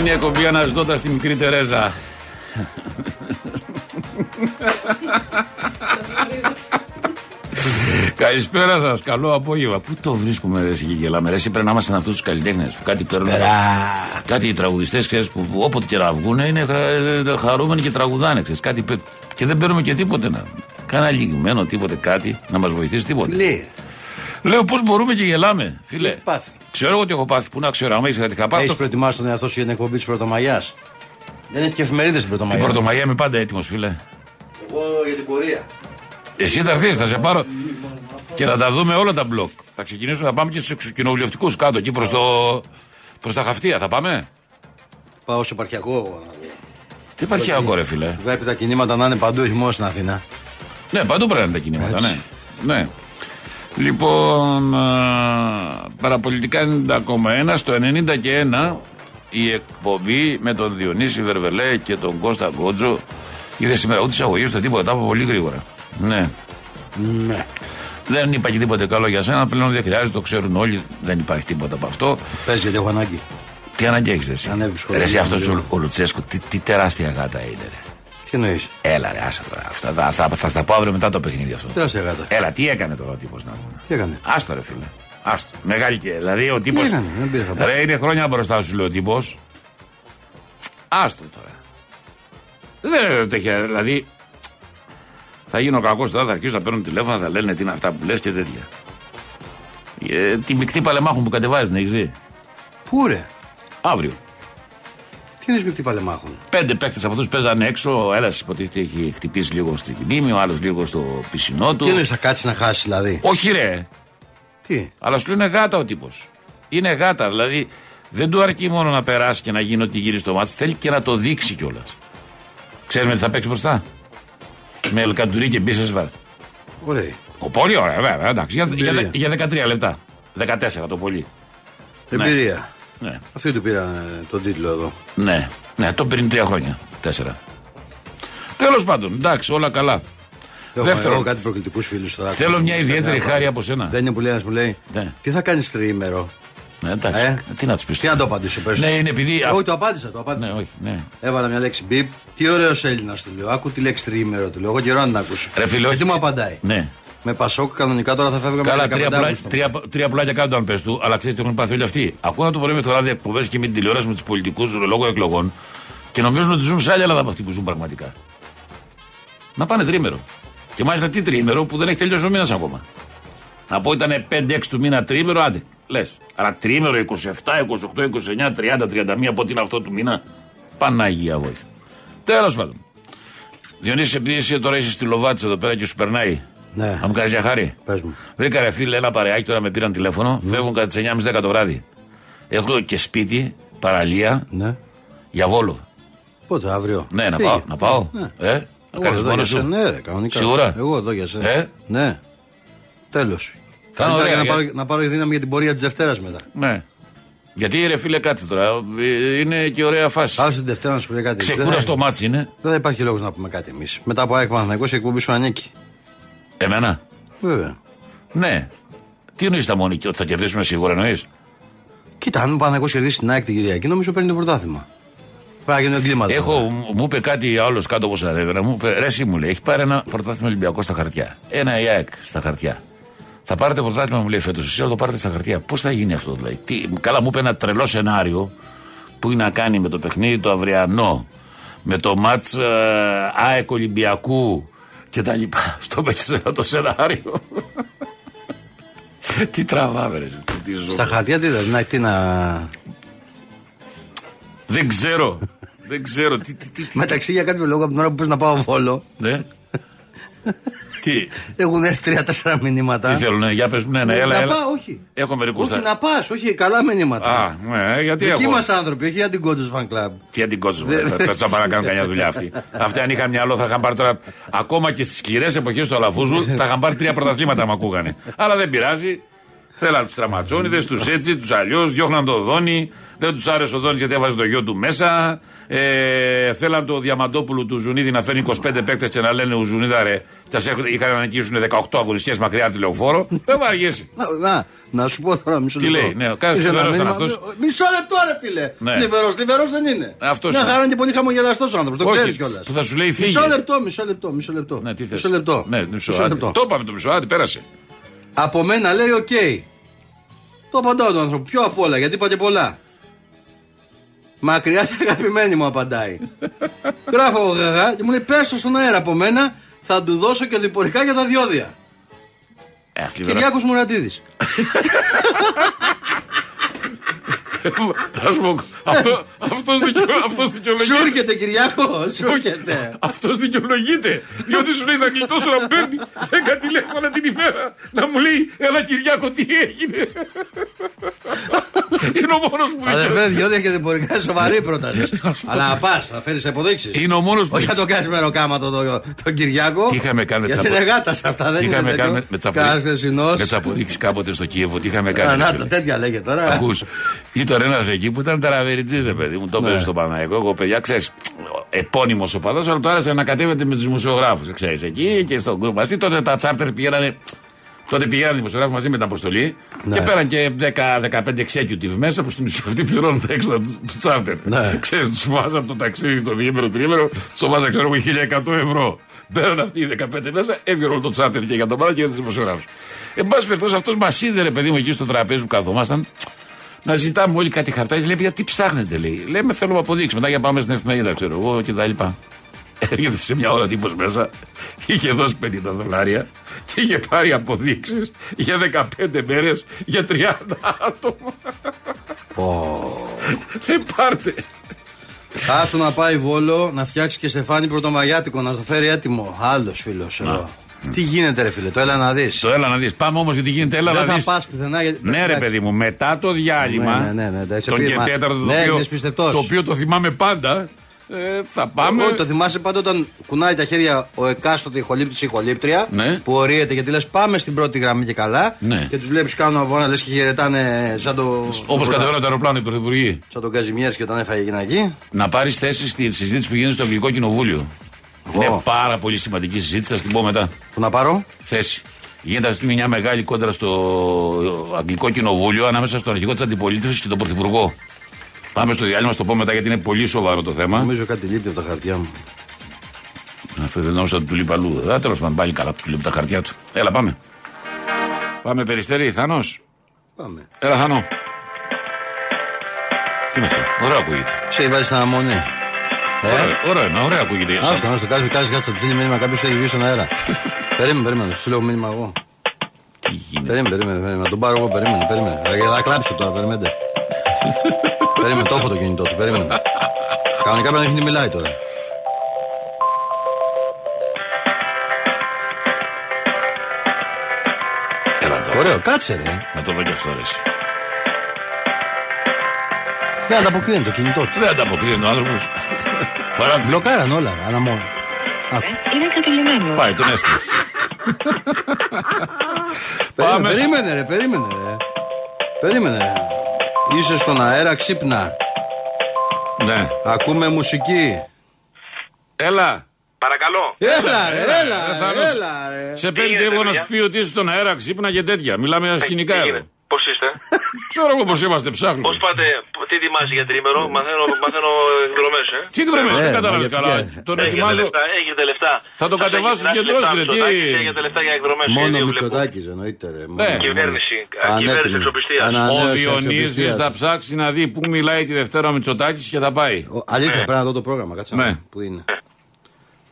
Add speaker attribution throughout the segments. Speaker 1: Είναι η εκπομπή αναζητώντας τη μικρή Τερέζα. Καλησπέρα σας, καλό απόγευμα. Πού το βρίσκουμε, Ρε Σιγή Γελάμε, Ρε, εσύ πρέπει να ήμασταν αυτούς τους καλλιτέχνες που κάτι παίρνουν. Κάτι οι τραγουδιστές, ξέρεις που, που όποτε και να βγουν είναι χα, ε, χαρούμενοι και τραγουδάνε, ξέρεις, κάτι, παί- Και δεν παίρνουμε και τίποτε να. Κάνα λιγμένο τίποτε κάτι να μας βοηθήσει τίποτε.
Speaker 2: Λέει,
Speaker 1: Λέω πώς μπορούμε και γελάμε, φίλε.
Speaker 2: Τι πάθη.
Speaker 1: Ξέρω εγώ τι έχω πάθει. Πού να ξέρω, άμα ήξερα τι είχα πάθει.
Speaker 2: έχεις
Speaker 1: το-
Speaker 2: προετοιμάσει τον εαυτό σου για την εκπομπή της Πρωτομαγιάς. Δεν έχει και εφημερίδες στην
Speaker 1: Την
Speaker 2: Πρωτομαγιά.
Speaker 1: Πρωτομαγιά είμαι πάντα έτοιμος, φίλε.
Speaker 2: Εγώ για την πορεία.
Speaker 1: Εσύ θα έρθεις, θα σε πάρω. Και θα τα δούμε όλα τα μπλοκ. Θα ξεκινήσουμε, θα πάμε και στους κοινοβουλευτικούς κάτω, εκεί προς το... προς τα χαυτία. Θα πάμε.
Speaker 2: Πάω σε επαρχιακό εγώ. να δω.
Speaker 1: Τι υπάρχει ακόμα, ρε φίλε.
Speaker 2: Βλέπει τα κινήματα να είναι παντού, όχι μόνο στην Αθήνα.
Speaker 1: Ναι, παντού πρέπει να είναι τα κινήματα, ναι. ναι. Λοιπόν, α, παραπολιτικά 90,1 στο 90 και 1 η εκπομπή με τον Διονύση Βερβελέ και τον Κώστα Γκότζο είδε σήμερα ούτε εισαγωγή ούτε τίποτα, τα είπα πολύ γρήγορα. Ναι.
Speaker 2: Ναι.
Speaker 1: Δεν είπα και τίποτε καλό για σένα, πλέον δεν χρειάζεται, το ξέρουν όλοι, δεν υπάρχει τίποτα από αυτό.
Speaker 2: Πες γιατί έχω ανάγκη.
Speaker 1: Τι ανάγκη έχεις εσύ.
Speaker 2: Ανέβη
Speaker 1: Ρε,
Speaker 2: σχολείο.
Speaker 1: εσύ αυτός ο, ο Λουτσέσκο, τι, τι τεράστια γάτα είναι. Ρε.
Speaker 2: Τι εννοείς.
Speaker 1: Έλα ρε, άσε τώρα. Αυτά, θα, θα, θα στα πω αύριο μετά το παιχνίδι αυτό.
Speaker 2: Τεράστια γάτα.
Speaker 1: Έλα, τι έκανε τώρα ο τύπος να πούμε.
Speaker 2: Τι έκανε.
Speaker 1: Άστο ρε φίλε. Άστο. Μεγάλη και. Δηλαδή ο τύπος.
Speaker 2: έκανε, Ναι, δεν πήρε χαμπάρι.
Speaker 1: Ρε είναι χρόνια μπροστά σου λέει ο τύπος. Άστο τώρα. Δεν είναι τέτοια. Δηλαδή. Θα γίνω κακός τώρα, θα αρχίσω να παίρνω τηλέφωνα, θα λένε τι είναι αυτά που λες και τέτοια. Ε, τη μεικτή παλεμάχου που κατεβάζεις, την έχεις δει.
Speaker 2: Πού ρε.
Speaker 1: Αύριο.
Speaker 2: Τι είναι σμιχτή παλεμάχων.
Speaker 1: Πέντε παίκτες από αυτούς παίζανε έξω. Ο ένας υποτίθεται έχει χτυπήσει λίγο στην κνήμη, ο άλλος λίγο στο πισινό του.
Speaker 2: Τι εννοείς θα κάτσεις να χάσεις δηλαδή.
Speaker 1: Όχι ρε,
Speaker 2: Τι.
Speaker 1: Αλλά σου λέει είναι γάτα ο τύπος. Είναι γάτα. Δηλαδή δεν του αρκεί μόνο να περάσει και να γίνει ό,τι γύρει στο μάτι. Θέλει και να το δείξει κιόλας. Ξέρουμε τι θα παίξει μπροστά. Με Ελκαντουρί και Μπίσες Βαρ.
Speaker 2: Ωραία.
Speaker 1: Ο πολύ ωραία, βέβαια. Εντάξει, για, για, δε-
Speaker 2: Εμπειρία.
Speaker 1: για 13 λεπτά. 14 το πολύ.
Speaker 2: Εμπειρία.
Speaker 1: Ναι.
Speaker 2: Αυτοί του πήραν ε, τον τίτλο εδώ.
Speaker 1: Ναι, ναι, το πριν τρία χρόνια. Τέσσερα. Τέλος πάντων, εντάξει, όλα καλά.
Speaker 2: Έχω-
Speaker 1: Δεύτερον.
Speaker 2: έχω κάτι προκλητικούς φίλους τώρα.
Speaker 1: Θέλω μια ιδιαίτερη
Speaker 2: Μια-
Speaker 1: χάρη από σένα.
Speaker 2: Δεν είναι που λέει ένα που λέει
Speaker 1: Ναι.
Speaker 2: Τι θα κάνεις τριήμερο.
Speaker 1: Ναι, εντάξει,
Speaker 2: Ε.
Speaker 1: τι να τους πεις.
Speaker 2: Τι να το απαντήσω, πες.
Speaker 1: Ναι,
Speaker 2: του.
Speaker 1: είναι επειδή.
Speaker 2: Όχι, το απάντησα, το απάντησα.
Speaker 1: Ναι, όχι, ναι.
Speaker 2: Έβαλα μια λέξη μπιπ. Τι ωραίος Έλληνας του λέω. Άκου τη λέξη τριήμερο του λέω. Εγώ καιρό να την ακούσω.
Speaker 1: Ρε φίλε,
Speaker 2: Και
Speaker 1: όχι.
Speaker 2: Τι μου απαντάει.
Speaker 1: Ναι.
Speaker 2: Με πασόκ κανονικά τώρα θα φεύγαμε
Speaker 1: Καλά, τρία, πλά,
Speaker 2: Αυγούστου.
Speaker 1: τρία, τρία πλάκια κάτω αν πες του, αλλά ξέρεις τι έχουν πάθει όλοι αυτοί. Ακούνε το πρωί με το ράδιο εκπομπές και με την τηλεόραση με τους πολιτικούς λόγω εκλογών και νομίζουν ότι ζουν σε άλλη Ελλάδα από αυτοί που ζουν πραγματικά. Να πάνε τρίμερο. Και μάλιστα τι τρίμερο που δεν έχει τελειώσει ο μήνας ακόμα. Να πω ήταν 5-6 του μήνα τρίμερο, άντε. Λες. Αλλά τρίμερο 27, 28, 29, 30, 31 από ό,τι είναι αυτό του μήνα. Πανάγια βόηθα. Τέλος πάντων. Διονύση, επειδή εσύ τώρα είσαι στη Λοβάτσα εδώ πέρα και σου περνάει.
Speaker 2: Ναι.
Speaker 1: Να μου κάνεις μια χάρη.
Speaker 2: Πες μου.
Speaker 1: Βρήκα ρε φίλε ένα παρεάκι, τώρα με πήραν τηλέφωνο. Φεύγουν κατά τις 9.30 το βράδυ. Έχω και σπίτι, παραλία,
Speaker 2: Ναι.
Speaker 1: για βόλο.
Speaker 2: Πότε, αύριο.
Speaker 1: Ναι, να
Speaker 2: Φύγε.
Speaker 1: πάω. Να πάω.
Speaker 2: Ναι.
Speaker 1: Ε, να
Speaker 2: Εγώ
Speaker 1: κάνεις
Speaker 2: εδώ
Speaker 1: μόνος
Speaker 2: για
Speaker 1: σου.
Speaker 2: σένα, ναι, ρε, κανονικά.
Speaker 1: Σίγουρα.
Speaker 2: Εγώ εδώ για σένα.
Speaker 1: Ε?
Speaker 2: Ναι. Τέλος.
Speaker 1: Κάνω ωραία,
Speaker 2: να,
Speaker 1: για-
Speaker 2: πάρω, να πάρω δύναμη για την πορεία της Δευτέρας μετά.
Speaker 1: Ναι. Γιατί ρε φίλε κάτσε τώρα. ε, Είναι και ωραία φάση.
Speaker 2: Άσε την Δευτέρα να σου πει κάτι.
Speaker 1: Ξεκούραστο
Speaker 2: Δεν θα-
Speaker 1: μάτσι είναι.
Speaker 2: Δεν θα υπάρχει λόγος να πούμε κάτι εμείς. Μετά από ΑΕΚ Παναθηναϊκός η εκπομπή σου ανήκει.
Speaker 1: Εμένα.
Speaker 2: Βέβαια.
Speaker 1: Ναι. Τι εννοείς τα μόνη, ότι θα κερδίσουμε σίγουρα εννοείς.
Speaker 2: Κοίτα, αν ο Παναθηναϊκός κερδίσει την ΑΕΚ την Κυριακή, νομίζω παίρνει το πρωτάθλημα. Πρέπει να γίνουν εγκλήματα.
Speaker 1: Έχω, μου μου είπε κάτι άλλος κάτω όπω ανέβαινα. Μου είπε, ρε, εσύ μου λέει, έχει πάρει ένα πρωτάθλημα Ολυμπιακό στα χαρτιά. Ένα ΙΑΕΚ στα χαρτιά. Θα πάρετε πρωτάθλημα, μου λέει φέτος. Εσύ θα το πάρετε στα χαρτιά. Πώς θα γίνει αυτό, δηλαδή. Τι, καλά, μου είπε ένα τρελό σενάριο που είναι να κάνει με το παιχνίδι το αυριανό, με το ματ ε, ΑΕΚ Ολυμπιακού κτλ. Στο παίξε σε ένα το σενάριο. τι τραβάμε, ρε, τι, τι ζούμε.
Speaker 2: Στα χαρτιά τι, δηλαδή, να, τι να.
Speaker 1: Δεν ξέρω. Δεν ξέρω. Τι, τι, τι, τι.
Speaker 2: Μεταξύ για κάποιο λόγο από την ώρα που πες να πάω βόλο,
Speaker 1: Ναι. Τι,
Speaker 2: Έχουν έρθει τρία-τέσσερα μηνύματα.
Speaker 1: τι θέλουν, για πες μου, ναι, ναι,
Speaker 2: να
Speaker 1: έλα, έλα.
Speaker 2: πάω, όχι.
Speaker 1: Έχω μερικούς.
Speaker 2: Όχι, να πας, όχι, καλά μηνύματα.
Speaker 1: Α, ναι, γιατί
Speaker 2: Δικοί
Speaker 1: έχω.
Speaker 2: μας άνθρωποι, όχι αντικόντου fan club.
Speaker 1: Τι αντικότσο μου, θα τσαπα να κάνουν καμιά δουλειά αυτή. Αυτοί αν είχαν μυαλό θα είχαν πάρει τώρα. Ακόμα και στις σκληρές εποχές του Αλαφούζου θα είχαν πάρει τρία πρωταθλήματα άμα ακούγανε. Αλλά δεν πειράζει. Θέλαν του τραματσόνιδε, τους έτσι, τους αλλιώς. Διώχναν το δόνι. Δεν τους άρεσε ο δόνι γιατί έβαζε το γιο του μέσα. Ε, θέλαν το Διαμαντόπουλο του Ζουνίδη να φέρνει 25 παίκτες και να λένε Ζουνίδα ρε. Τας σε- είχαν να νικήσουν 18 αγωνιστές μακριά από τη λεωφόρο. Δεν βαριέσαι.
Speaker 2: Να, να, να σου πω τώρα μισό
Speaker 1: Τι
Speaker 2: λεπτό.
Speaker 1: λέει, ναι, ο κάθε
Speaker 2: Ήρθε ένα
Speaker 1: θλιβερός ήταν
Speaker 2: μήνυμα,
Speaker 1: αυτός.
Speaker 2: Μισό λεπτό, ρε φίλε.
Speaker 1: Ναι.
Speaker 2: Θλιβερός, θλιβερός δεν είναι.
Speaker 1: Αυτός
Speaker 2: Μια
Speaker 1: είναι.
Speaker 2: χαρά είναι πολύ χαμογελαστός άνθρωπος, το
Speaker 1: Όχι,
Speaker 2: ξέρεις κιόλας.
Speaker 1: το θα σου λέει,
Speaker 2: Μισό
Speaker 1: φύγε.
Speaker 2: λεπτό, μισό λεπτό, μισό λεπτό.
Speaker 1: Ναι, τι θες.
Speaker 2: Μισό λεπτό.
Speaker 1: Ναι, μισό,
Speaker 2: Μισό
Speaker 1: άντε.
Speaker 2: λεπτό.
Speaker 1: Το είπαμε το μισό, άντε, πέρασε.
Speaker 2: Από μένα λέει οκ. Το απαντάω τον άνθρωπο. Πιο απ' όλα, γιατί είπατε πολλά. Μακριά την αγαπημένη μου απαντάει. Γράφω εγώ γαγά και μου λέει πες το στον αέρα από μένα θα του δώσω και διπορικά για τα διόδια.
Speaker 1: Ε, θλιβερά-
Speaker 2: Κυριάκος Μουρατίδης.
Speaker 1: Να σου πω, αυτό- αυτός δικαιω- αυτός δικαιολογείται.
Speaker 2: Σου έρχεται Κυριάκο, σου έρχεται.
Speaker 1: Αυτό δικαιολογείται. Διότι σου λέει θα γλιτώσω να παίρνει 10 τηλέφωνα την ημέρα να μου λέει Ελά Κυριάκο, τι έγινε. Είναι ο μόνος που δικαιολογείται.
Speaker 2: Αδερφέ, διόδια και διπορικά είναι σοβαρή πρόταση. Αλλά να πα, θα φέρεις αποδείξεις.
Speaker 1: Είναι ο μόνος που-
Speaker 2: Όχι να το κάνεις με ροκάμα το- το- τον Κυριάκο.
Speaker 1: Τι είχαμε κάνει με
Speaker 2: Γιατί
Speaker 1: τσαπο-
Speaker 2: είναι γάτας σε αυτά, δεν
Speaker 1: Τι
Speaker 2: είναι.
Speaker 1: είχαμε
Speaker 2: τέτοιο.
Speaker 1: κάνει με- με τι
Speaker 2: Κάνας χθεσινός.
Speaker 1: αποδείξει κάποτε στο Κίεβο, τι είχαμε
Speaker 2: Α,
Speaker 1: κάνει.
Speaker 2: να
Speaker 1: ρε
Speaker 2: τα,
Speaker 1: φίλε.
Speaker 2: τέτοια λέγε τώρα.
Speaker 1: Ακούς. Ήταν ένας εκεί που ήταν ταραβεριτζή, ρε παιδί μου. Το παίζει στο Παναγικό. Εγώ, παιδιά, ξέρεις, επώνυμος ο παδός, αλλά τώρα σε ανακατεύεται με τους δημοσιογράφους. Ξέρεις, εκεί και στον γκρουπ μαζί. Τότε τα τσάρτερ πηγαίνανε. Τότε πηγαίνανε οι δημοσιογράφοι μαζί με την αποστολή και πέραν και 10-15 executive μέσα που στην ουσία αυτοί πληρώνουν τα έξοδα τους, του τσάρτερ.
Speaker 2: Ναι.
Speaker 1: Ξέρεις, τους βάζαν το ταξίδι το διήμερο τρίμερο, στο βάζαν ξέρω εγώ 1100 ευρώ. Μπαίναν αυτοί οι 15 μέσα, έβγαινε όλο το τσάρτερ και για τον πάρα και για τους δημοσιογράφους. Εν πάση περιπτώσει, αυτός μας είδε ρε παιδί μου εκεί στο τραπέζι που καθόμασταν να ζητάμε όλοι κάτι χαρτάκι. Λέει, παιδιά, τι ψάχνετε, λέει. Λέμε, θέλουμε αποδείξει. Μετά για να πάμε στην εφημερίδα, ξέρω εγώ και τα λοιπά. Έρχεται σε μια ώρα τύπος μέσα, είχε δώσει 50 δολάρια και είχε πάρει αποδείξεις για 15 μέρες για 30 άτομα. Λέει, πάρτε.
Speaker 2: Άστο να πάει βόλο να φτιάξει και στεφάνι πρωτομαγιάτικο να το φέρει έτοιμο. Άλλος φίλος εδώ. Τι γίνεται, ρε φίλε, το έλα να δεις.
Speaker 1: Το έλα να δεις. Πάμε όμως γιατί γίνεται, έλα
Speaker 2: Δεν
Speaker 1: να
Speaker 2: θα
Speaker 1: δεις.
Speaker 2: πας πουθενά γιατί.
Speaker 1: Ναι, ρε
Speaker 2: Εντάξει.
Speaker 1: παιδί μου, μετά το διάλειμμα.
Speaker 2: Ναι, ναι, ναι, ναι, εντάξει,
Speaker 1: τον
Speaker 2: επειδή-
Speaker 1: και
Speaker 2: μα-
Speaker 1: τέταρτο,
Speaker 2: ναι,
Speaker 1: το,
Speaker 2: είναι
Speaker 1: οποίο,
Speaker 2: σπιστευτός.
Speaker 1: το οποίο το θυμάμαι πάντα. ε, θα πάμε.
Speaker 2: Εγώ το θυμάσαι πάντα όταν κουνάει τα χέρια ο εκάστοτε ηχολήπτης ή ηχολήπτρια
Speaker 1: Ναι.
Speaker 2: που ορίεται γιατί λες πάμε στην πρώτη γραμμή και καλά
Speaker 1: Ναι.
Speaker 2: και τους βλέπεις κάνουν αγώνα λες και χαιρετάνε σαν το.
Speaker 1: Όπως κατεβαίνω το αεροπλάνο, οι πρωθυπουργοί.
Speaker 2: Σαν τον Καζιμιέρ και όταν έφαγε γυναική.
Speaker 1: να πάρεις θέση στη συζήτηση που γίνεται στο Αγγλικό Κοινοβούλιο.
Speaker 2: Εγώ.
Speaker 1: Είναι πάρα πολύ σημαντική συζήτηση, θα την πω μετά.
Speaker 2: Που να πάρω.
Speaker 1: Θέση. Γίνεται αυτή τη στιγμή μια μεγάλη κόντρα στο Αγγλικό Κοινοβούλιο ανάμεσα στον αρχηγό της αντιπολίτευσης και τον Πρωθυπουργό. Πάμε στο διάλειμμα, στο πω μετά γιατί είναι πολύ σοβαρό το θέμα.
Speaker 2: Νομίζω κάτι λείπει από τα χαρτιά μου.
Speaker 1: Αφού δεν νόμιζα ότι του λείπει αλλού. Α, τέλος πάντων, πάλι καλά που του λείπει τα χαρτιά του. Έλα, πάμε. Πάμε περιστέρι, Θανό.
Speaker 2: Πάμε.
Speaker 1: Έλα, Θανό. Τι είναι αυτό, ωραίο ακούγεται.
Speaker 2: Σε βάζει στην αμμονή. Ε,
Speaker 1: Ωραίο, ωραίο, είναι, ωραίο ακούγεται. για
Speaker 2: Άστο,
Speaker 1: σαν-
Speaker 2: άστο, κάτσε, κάτσε, κάτσε, θα του στείλει μήνυμα κάποιος που έχει βγει στον αέρα. περίμενε, περίμενε, σου λέω μήνυμα εγώ.
Speaker 1: Τι γίνεται.
Speaker 2: Περίμενε, περίμενε, περίμενε. Να τον πάρω εγώ, περίμενε, περίμενε. Ε, Θα κλάψω τώρα, περιμένετε. περίμενε, το έχω το κινητό του, περίμενε. Κανονικά πρέπει να έχει μιλάει τώρα.
Speaker 1: Έλα τώρα.
Speaker 2: Ωραίο, κάτσε ρε.
Speaker 1: Να το δω και αυτό, ρε. εσύ.
Speaker 2: Δεν ανταποκρίνει Ναι, το κινητό του.
Speaker 1: Δεν ανταποκρίνεται ο άνθρωπος. Παρά τη λέω,
Speaker 2: Μπλοκάραν όλα, αναμόνο. Άκου.
Speaker 3: Είναι κατελημένο.
Speaker 1: Πάει, τον έστειλε.
Speaker 2: Περίμενε,
Speaker 1: στο-
Speaker 2: περίμενε, ρε, περίμενε, ρε. Περίμενε. ρε. Είσαι στον αέρα, ξύπνα.
Speaker 1: Ναι.
Speaker 2: Ακούμε μουσική.
Speaker 1: Έλα.
Speaker 4: Παρακαλώ.
Speaker 2: Έλα, ρε,
Speaker 1: Ε,
Speaker 2: έλα, ρε,
Speaker 1: Θάνος.
Speaker 2: έλα, ρε.
Speaker 1: Σε παίρνει
Speaker 4: γίνεται,
Speaker 1: εγώ να
Speaker 4: παιδιά? Ε,
Speaker 1: σου πει ότι είσαι στον αέρα, ξύπνα και τέτοια. Μιλάμε
Speaker 2: Ε,
Speaker 1: για σκηνικά
Speaker 4: Τι
Speaker 1: εδώ.
Speaker 4: γίνεται, Πώς είστε,
Speaker 1: Ξέρω εγώ πώς είμαστε,
Speaker 4: Πώς
Speaker 1: ψάχνουμε.
Speaker 4: πάτε, τι ετοιμάζει για τρίμερο,
Speaker 2: Ναι.
Speaker 4: μαθαίνω, μαθαίνω εκδρομές, ε.
Speaker 1: Τι εκδρομές,
Speaker 2: Ε,
Speaker 1: δεν
Speaker 2: μα
Speaker 1: κατάλαβε
Speaker 2: γιατί
Speaker 1: καλά.
Speaker 2: και-
Speaker 1: Τον
Speaker 4: Έχετε
Speaker 1: ετοιμάζω.
Speaker 4: λεφτά, έχετε λεφτά.
Speaker 1: Θα τον
Speaker 4: Σας
Speaker 1: κατεβάσω
Speaker 4: έχει
Speaker 1: στους
Speaker 4: δώσει λεφτά,
Speaker 1: κεντρός, ρε, τι-
Speaker 4: Μητσοτάκη, Έχετε λεφτά για εκδρομές.
Speaker 2: Μόνο
Speaker 4: Μόνο
Speaker 2: Μητσοτάκης εννοείται, ρε.
Speaker 1: Ναι.
Speaker 4: Κυβέρνηση, κυβέρνηση εξοπιστίας.
Speaker 2: ναι,
Speaker 1: Ο Διονύζη θα ψάξει να δει πού μιλάει τη Δευτέρα ο Μητσοτάκης και θα πάει.
Speaker 2: Ο- Αλήθεια,
Speaker 4: Ναι.
Speaker 2: πρέπει να δω το πρόγραμμα. Κάτσε να
Speaker 1: Ναι.
Speaker 2: δω Πού είναι.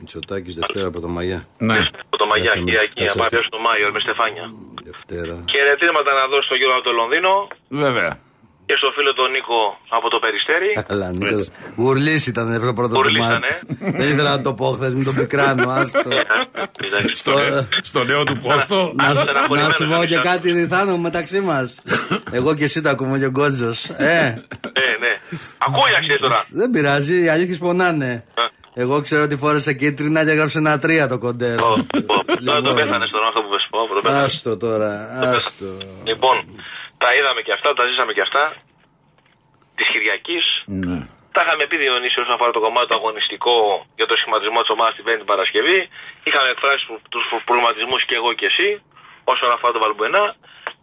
Speaker 2: Μητσοτάκη Δευτέρα Πρωτομαγιά.
Speaker 1: Ναι.
Speaker 4: Από το Μαγιά,
Speaker 2: Κάτσε,
Speaker 4: Κυριακή,
Speaker 2: κάτσε,
Speaker 4: να πάει
Speaker 2: κάτσε.
Speaker 4: στο Μάιο με Στεφάνια.
Speaker 2: Δευτέρα.
Speaker 4: Χαιρετίσματα να δώσω στον Γιώργο από το Λονδίνο.
Speaker 1: Βέβαια.
Speaker 4: και στο φίλο τον Νίκο από το Περιστέρι.
Speaker 2: Καλά, Νίκο.
Speaker 1: Έτσι.
Speaker 2: Γουρλής ήταν αυτό πρώτος του
Speaker 4: Γουρλής ήταν, ε.
Speaker 2: μάτς. Δεν ήθελα να το πω χθες, μην τον πικράνω, άστο.
Speaker 4: Εντάξει.
Speaker 1: Στο, Ε, στο νέο του πόστο.
Speaker 2: Ε,
Speaker 1: Ε,
Speaker 2: Να,
Speaker 4: Άλλος
Speaker 2: σου- να
Speaker 4: στεναχωρημένος
Speaker 2: σου πω και
Speaker 4: εμείς,
Speaker 2: κάτι διθάνω μεταξύ μας. Εγώ και εσύ τα ακούμε και ο Γκότζος. Ε,
Speaker 4: Ναι, ναι. Ακούει αξίες τώρα.
Speaker 2: δεν πειράζει, οι αλήθειες
Speaker 4: Ε.
Speaker 2: πονάνε. Εγώ ξέρω ότι φόρεσε κίτρινα και έγραψε ένα τρία το κοντέρο.
Speaker 4: Ω, πω, Τώρα το
Speaker 2: Λοιπόν.
Speaker 4: πέθανε τώρα αυτό που πες πω, το πέθανες.
Speaker 2: Άστο τώρα, άστο.
Speaker 4: Λοιπόν, τα είδαμε και αυτά, τα ζήσαμε και αυτά. Της Κυριακής.
Speaker 1: Ναι.
Speaker 4: Τα είχαμε πει Διονύση όσον αφορά το κομμάτι το αγωνιστικό για το σχηματισμό της ομάδας την Πέμπτη την Παρασκευή. Είχαμε εκφράσει τους προβληματισμούς και εγώ και εσύ όσον αφορά το Βαλμπουενά.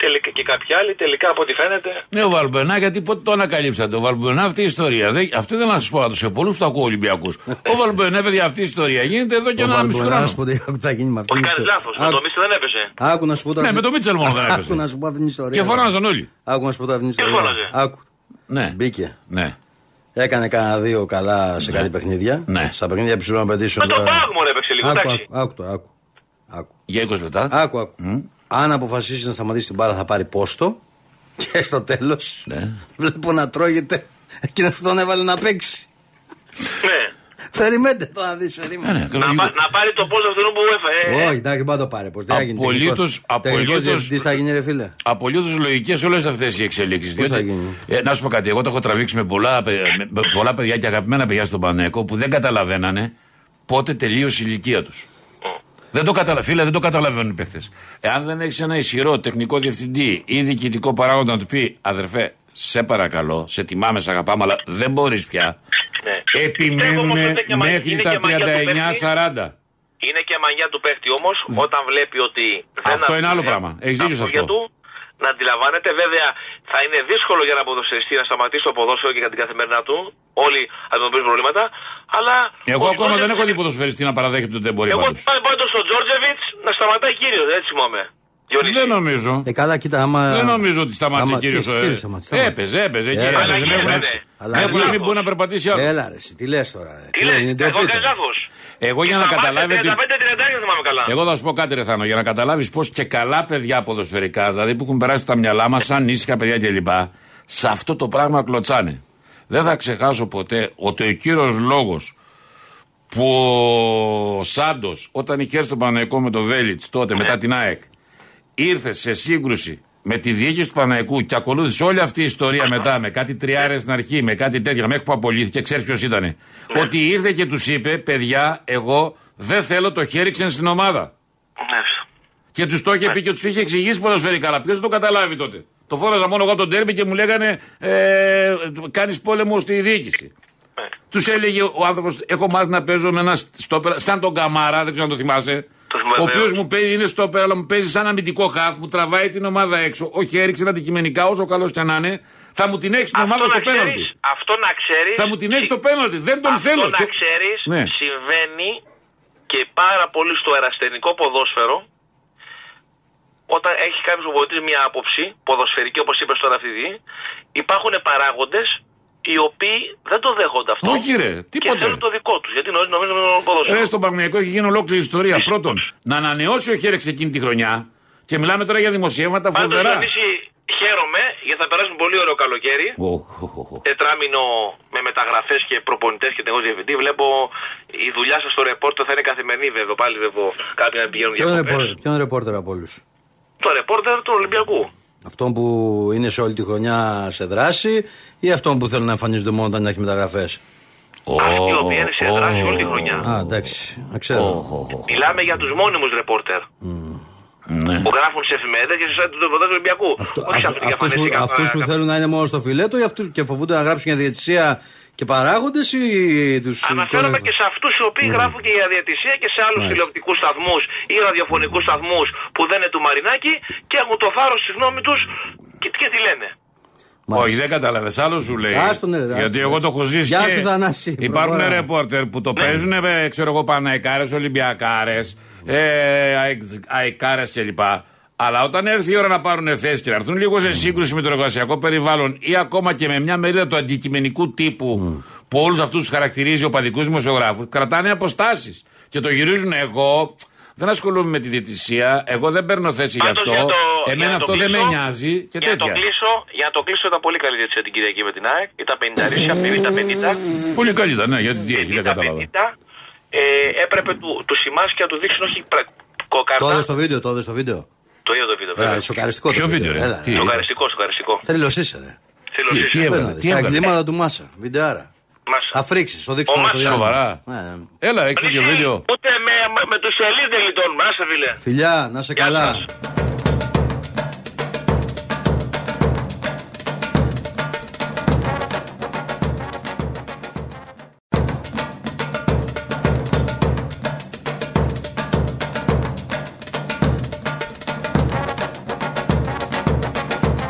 Speaker 4: Τελικά και κάποιοι άλλοι. Τελικά από ό,τι φαίνεται.
Speaker 1: Ναι, ο Βαλμπενά, γιατί πότε το ανακαλύψατε. Ο Βαλμπενά αυτή η ιστορία. Δεν, αυτό δεν να σας πω σε πολλούς που ακούω Ολυμπιακούς. Ο Βαλμπενά, παιδιά, αυτή η ιστορία γίνεται εδώ και
Speaker 2: Ο
Speaker 1: ένα μισό
Speaker 2: Βαλμπορά, να
Speaker 1: χρόνο.
Speaker 2: σου πω τι θα γίνει με αυτήν
Speaker 4: Όχι
Speaker 2: την
Speaker 4: κάνει
Speaker 2: ιστορία.
Speaker 4: λάθο. Με το
Speaker 2: Άκου-
Speaker 4: Μίτσελ δεν έπεσε.
Speaker 2: Άκου να σου πω τώρα.
Speaker 1: Ναι, με το Μίτσελ μόνο δεν
Speaker 2: Άκου να
Speaker 1: έπεσε.
Speaker 2: σου πω αυτήν την ιστορία.
Speaker 1: Και φωνάζαν όλοι.
Speaker 2: Άκου να σου πω τώρα αυτήν την
Speaker 4: Ποιος
Speaker 2: ιστορία.
Speaker 4: φώναζε?
Speaker 2: Άκου.
Speaker 1: Ναι.
Speaker 2: Μπήκε.
Speaker 1: Ναι.
Speaker 2: Έκανε κανένα δύο καλά σε κάτι παιχνίδια.
Speaker 1: Ναι.
Speaker 2: Στα παιχνίδια ψηλών απαιτήσεων.
Speaker 4: Με τον
Speaker 2: τώρα.
Speaker 4: Πάοκ, μωρέ, έπαιξε λίγο,
Speaker 2: Άκου,
Speaker 4: εντάξει.
Speaker 2: άκου, άκου, τώρα, άκου. Άκου.
Speaker 1: Για 20 λεπτά.
Speaker 2: Άκου, άκου. Αν αποφασίσει να σταματήσει την μπάλα, θα πάρει πόστο. Και στο τέλος
Speaker 1: Ναι.
Speaker 2: βλέπω να τρώγεται εκείνος που τον έβαλε να παίξει.
Speaker 4: Ναι.
Speaker 2: Περιμένετε το να δεις,
Speaker 1: Ναι,
Speaker 2: περίμενε.
Speaker 1: ναι.
Speaker 4: Να, πα- να πάρει το πόστο αυτού που έφαγε.
Speaker 2: Όχι, εντάξει, πάντα το πάρε. Πώς θα γίνει.
Speaker 1: Απολύτως, απολύτως.
Speaker 2: Τι θα γίνει, ρε φίλε.
Speaker 1: Απολύτως λογικές όλες αυτές οι εξελίξεις.
Speaker 2: Πώς θα γίνει?
Speaker 1: ε, να σου πω κάτι, εγώ τα έχω τραβήξει με πολλά, παι- με- με πολλά παιδιά και αγαπημένα παιδιά στον Πανέκο που δεν καταλαβαίνανε πότε τελείωσε η ηλικία τους. Δεν το καταλα... Φίλε, δεν το καταλαβαίνουν οι παίχτε. Εάν δεν έχεις ένα ισχυρό τεχνικό διευθυντή ή διοικητικό παράγοντα να του πει Αδερφέ, σε παρακαλώ, σε τιμάμε, σε αγαπάμε, αλλά δεν μπορείς πια.
Speaker 4: Ναι. Πιστεύω
Speaker 1: Επιμένουν
Speaker 4: όμως ότι είναι και μαγεία-
Speaker 1: μέχρι
Speaker 4: είναι
Speaker 1: τα
Speaker 4: και μαγεία του
Speaker 1: 39-40.
Speaker 4: παίκτη. Είναι και μαγιά του παίχτη όμω, όταν βλέπει ότι. Δεν
Speaker 1: Ναι. Αυτό είναι άλλο
Speaker 4: ακούγεται
Speaker 1: πράγμα. Έχεις
Speaker 4: τα
Speaker 1: δίκιο σε
Speaker 4: λόγια
Speaker 1: αυτό.
Speaker 4: Του, να αντιλαμβάνεται, βέβαια, θα είναι δύσκολο για ένα ποδοσφαιριστή να σταματήσει το ποδόσφαιρο και για την καθημερινά του. Όλοι αντιμετωπίζουν προβλήματα. Αλλά.
Speaker 1: Εγώ
Speaker 4: ο
Speaker 1: ακόμα δεν
Speaker 4: Τζόρτζεβιτς-
Speaker 1: έχω δει ποδοσφαιριστή να παραδέχεται ότι δεν μπορεί
Speaker 4: Εγώ
Speaker 1: πάντως.
Speaker 4: πάλι πάντως ο Τζόρτζεβιτ να σταματάει κύριος, δεν θυμάμαι. Διονύση.
Speaker 1: Δεν νομίζω.
Speaker 2: Ε, καλά, κοίτα, άμα.
Speaker 1: Δεν νομίζω ότι σταμάτησε
Speaker 2: άμα-
Speaker 1: ο κύριος.
Speaker 2: κύριος, κύριος σταμάτησε, σταμάτησε.
Speaker 1: Έπαιζε, έπαιζε. εκεί
Speaker 2: Έλα,
Speaker 1: έπαιζε.
Speaker 2: αλλά Ε,
Speaker 1: Δεν
Speaker 2: γίνεται,
Speaker 1: έχουν-
Speaker 2: ναι.
Speaker 1: δεν
Speaker 2: Αλλά
Speaker 1: έχουν να μην
Speaker 2: γίνεται.
Speaker 1: μπορεί να περπατήσει άλλο.
Speaker 2: Έλα, ρε, εσύ, τι λες τώρα. Ρε. Ε,
Speaker 4: Τι λες,
Speaker 2: Είναι
Speaker 4: εγώ
Speaker 2: ντροπή
Speaker 4: έκανα
Speaker 2: τώρα.
Speaker 4: λάθος.
Speaker 1: Ναι, Εγώ για να
Speaker 4: Σταμάτησε
Speaker 1: καταλάβει ότι.
Speaker 4: 35-30 δεν θυμάμαι καλά.
Speaker 1: Εγώ θα σου πω κάτι, Ρεθάνο, για να καταλάβεις πώς και καλά παιδιά ποδοσφαιρικά, δηλαδή που έχουν περάσει τα μυαλά μας, σαν ήσυχα παιδιά κλπ. Σε αυτό το πράγμα κλωτσάνε. Δεν θα ξεχάσω ποτέ ότι ο κύριος λόγος που ο Σάντος, όταν είχε έρθει στο Παναϊκό με τον Βέλιτ τότε, μετά την ΑΕΚ, ήρθε σε σύγκρουση με τη διοίκηση του Παναϊκού και ακολούθησε όλη αυτή η ιστορία μετά με κάτι τριάρες στην αρχή, με κάτι τέτοια, μέχρι που απολύθηκε, ξέρεις ποιος ήταν. Ότι ήρθε και τους είπε, παιδιά, εγώ δεν θέλω το Χέριξεν στην ομάδα.
Speaker 4: Ναι.
Speaker 1: Και τους το είχε πει και τους είχε εξηγήσει ποδοσφαιρικά. Αλλά ποιος δεν το καταλάβει τότε. Το φόραζα μόνο εγώ από τον τέρμι και μου λέγανε ε, κάνεις πόλεμο στη διοίκηση.
Speaker 4: Ναι.
Speaker 1: Τους έλεγε ο άνθρωπος: Έχω μάθει να παίζω με ένα στόπερ, σαν τον Καμάρα, δεν ξέρω αν το θυμάσαι.
Speaker 4: Το θυμάμαι,
Speaker 1: ο οποίο
Speaker 4: βέβαια.
Speaker 1: μου παίζει, είναι στόπερ, αλλά μου παίζει σαν αμυντικό χαφ, μου τραβάει την ομάδα έξω. Όχι, έριξε αντικειμενικά, όσο καλός και να είναι, θα μου την έχει την ομάδα
Speaker 4: Αυτό
Speaker 1: στο
Speaker 4: να ξέρεις-
Speaker 1: πέναλτι.
Speaker 4: Αυτό να ξέρεις.
Speaker 1: Θα μου την έχει το πέναλτι. Δεν τον
Speaker 4: Αυτό
Speaker 1: θέλω.
Speaker 4: να
Speaker 1: Και-
Speaker 4: ξέρεις,
Speaker 1: Ναι.
Speaker 4: συμβαίνει και πάρα πολύ στο ερασιτεχνικό ποδόσφαιρο. Όταν έχει κάποιος βοηθή μια άποψη, ποδοσφαιρική όπως είπες τώρα αυτή, τη, υπάρχουν παράγοντες οι οποίοι δεν το δέχονται αυτό.
Speaker 1: Όχι, ρε,
Speaker 4: Και
Speaker 1: τίποτε. Ε,
Speaker 4: θέλουν το δικό τους. Γιατί νομίζω νομίζω είναι το ποδόσφαιρο.
Speaker 1: Ρε, στον Παναγιακό έχει γίνει ολόκληρη ιστορία. Πρώτον, να ανανεώσει ο Χέρεξ εκείνη τη χρονιά. Και μιλάμε τώρα για δημοσιεύματα
Speaker 4: Πάντως,
Speaker 1: φοβερά.
Speaker 4: χαίρομαι γιατί θα περάσουν πολύ ωραίο καλοκαίρι.
Speaker 1: Οχ, οχ, οχ.
Speaker 4: τετράμινο με μεταγραφές και προπονητές και τεχνικό διευθυντή. Βλέπω η δουλειά σας στο ρεπόρτερ θα είναι καθημερινή, βέβαια. Πάλι βέβαια κάποιοι να πηγαίνουν
Speaker 2: Ποιον
Speaker 4: διακοπές.
Speaker 2: ρεπόρτερ- Ποιον ρεπόρτερ από όλους.
Speaker 4: Το ρεπόρτερ του Ολυμπιακού.
Speaker 2: Αυτόν που είναι σε όλη τη χρονιά σε δράση ή αυτόν που θέλουν να εμφανίζονται μόνο όταν έχει μεταγραφές.
Speaker 4: Αυτοί οι οποίοι είναι σε δράση όλη τη χρονιά.
Speaker 2: Α, εντάξει, να ξέρω.
Speaker 1: Οχ, οχ, οχ.
Speaker 4: Μιλάμε για τους μόνιμους ρεπόρτερ
Speaker 1: Ναι.
Speaker 4: που γράφουν σε εφημερίδες και σε site του ρεπορτάζ του Ολυμπιακού.
Speaker 2: Αυτό-
Speaker 4: Όχι σε
Speaker 2: αυ-
Speaker 4: αυτούς που
Speaker 2: αυτούς
Speaker 4: είχαμε
Speaker 2: που-
Speaker 4: δει κάπου-
Speaker 2: Αυτούς που
Speaker 4: κάπου-
Speaker 2: θέλουν να είναι μόνο στο φιλέτο ή αυτούς και φοβούνται να γράψουν για διαιτησία και παράγοντες ή τους.
Speaker 4: Αναφέρομαι και σε αυτούς οι οποίοι
Speaker 1: Ναι.
Speaker 4: γράφουν και για διατησία και σε άλλους τηλεοπτικούς σταθμούς ή ραδιοφωνικούς σταθμούς που δεν είναι του Μαρινάκη και έχουν το θάρρος στη γνώμη τους και, και τι λένε.
Speaker 1: Όχι, δεν κατάλαβες. Άλλο σου λέει.
Speaker 2: Άστον, ναι, ρε, άστον,
Speaker 1: γιατί
Speaker 2: ρε.
Speaker 1: εγώ το έχω ζήσει.
Speaker 2: Γεια
Speaker 1: και
Speaker 2: σου, Θανάση.
Speaker 1: Υπάρχουν
Speaker 2: Προχωράμε.
Speaker 1: ρεπόρτερ που το
Speaker 4: Ναι.
Speaker 1: παίζουν, ε, ξέρω εγώ, Παναϊκάρες, Ολυμπιακάρες, ε, Αϊκάρε κλπ. Αλλά όταν έρθει η ώρα να πάρουν θέση και να έρθουν λίγο σε σύγκρουση με το εργασιακό περιβάλλον ή ακόμα και με μια μερίδα του αντικειμενικού τύπου που όλους αυτούς τους χαρακτηρίζει ο παδικού δημοσιογράφου, κρατάνε αποστάσεις. Και το γυρίζουν εγώ. Δεν ασχολούμαι με τη διαιτησία. Εγώ δεν παίρνω θέση γι' αυτό.
Speaker 4: Πάντως, για το-
Speaker 1: Εμένα
Speaker 4: για να το
Speaker 1: αυτό δεν με
Speaker 4: κλείσω,
Speaker 1: νοιάζει και
Speaker 4: για να το
Speaker 1: τέτοια.
Speaker 4: κλείσω, για να το κλείσω ήταν πολύ καλή διαιτησία την Κυριακή με την ΑΕΚ. Ήταν 50 ρίσκα, 50-50.
Speaker 1: Πολύ καλή ήταν, ναι, γιατί τι έχει, δεν κατάλαβα.
Speaker 4: 50-50. Ε, έπρεπε του, του Σιμάς και να του δείξουν όχι πρε-
Speaker 2: Το
Speaker 4: κοκάρτα.
Speaker 2: είδες το βίντεο, το είδες το βίντεο.
Speaker 4: Το είδα το βίντεο.
Speaker 2: Ωραία,
Speaker 4: βέβαια.
Speaker 2: σοκαριστικό
Speaker 1: Ποιο
Speaker 2: το
Speaker 1: βίντεο, ρε?
Speaker 2: Έλα,
Speaker 1: Τι,
Speaker 2: έλα.
Speaker 4: Σοκαριστικό, σοκαριστικό.
Speaker 2: Θρυλος είσαι, ρε.
Speaker 4: Θέλω
Speaker 1: Τι-
Speaker 4: να
Speaker 1: τι
Speaker 4: ζήσω.
Speaker 1: έβγαλε.
Speaker 2: Έλα,
Speaker 1: τι
Speaker 2: δεις, Τα
Speaker 1: έβγαλε.
Speaker 2: εγκλήματα του Μάσα. Βιντεάρα.
Speaker 4: Μας.
Speaker 2: Θα φρίξει, το δείξω
Speaker 4: Ο
Speaker 2: τώρα στο
Speaker 4: Μάσα.
Speaker 2: διάλειμμα.
Speaker 1: Σοβαρά.
Speaker 2: Ναι, ναι.
Speaker 1: Έλα, έχει και βίντεο.
Speaker 4: Ούτε με, με τους Ελλήνε δεν γλιτώνουμε, άσε φίλε.
Speaker 2: Φιλιά, να σε
Speaker 4: Γεια
Speaker 2: καλά.
Speaker 4: σας.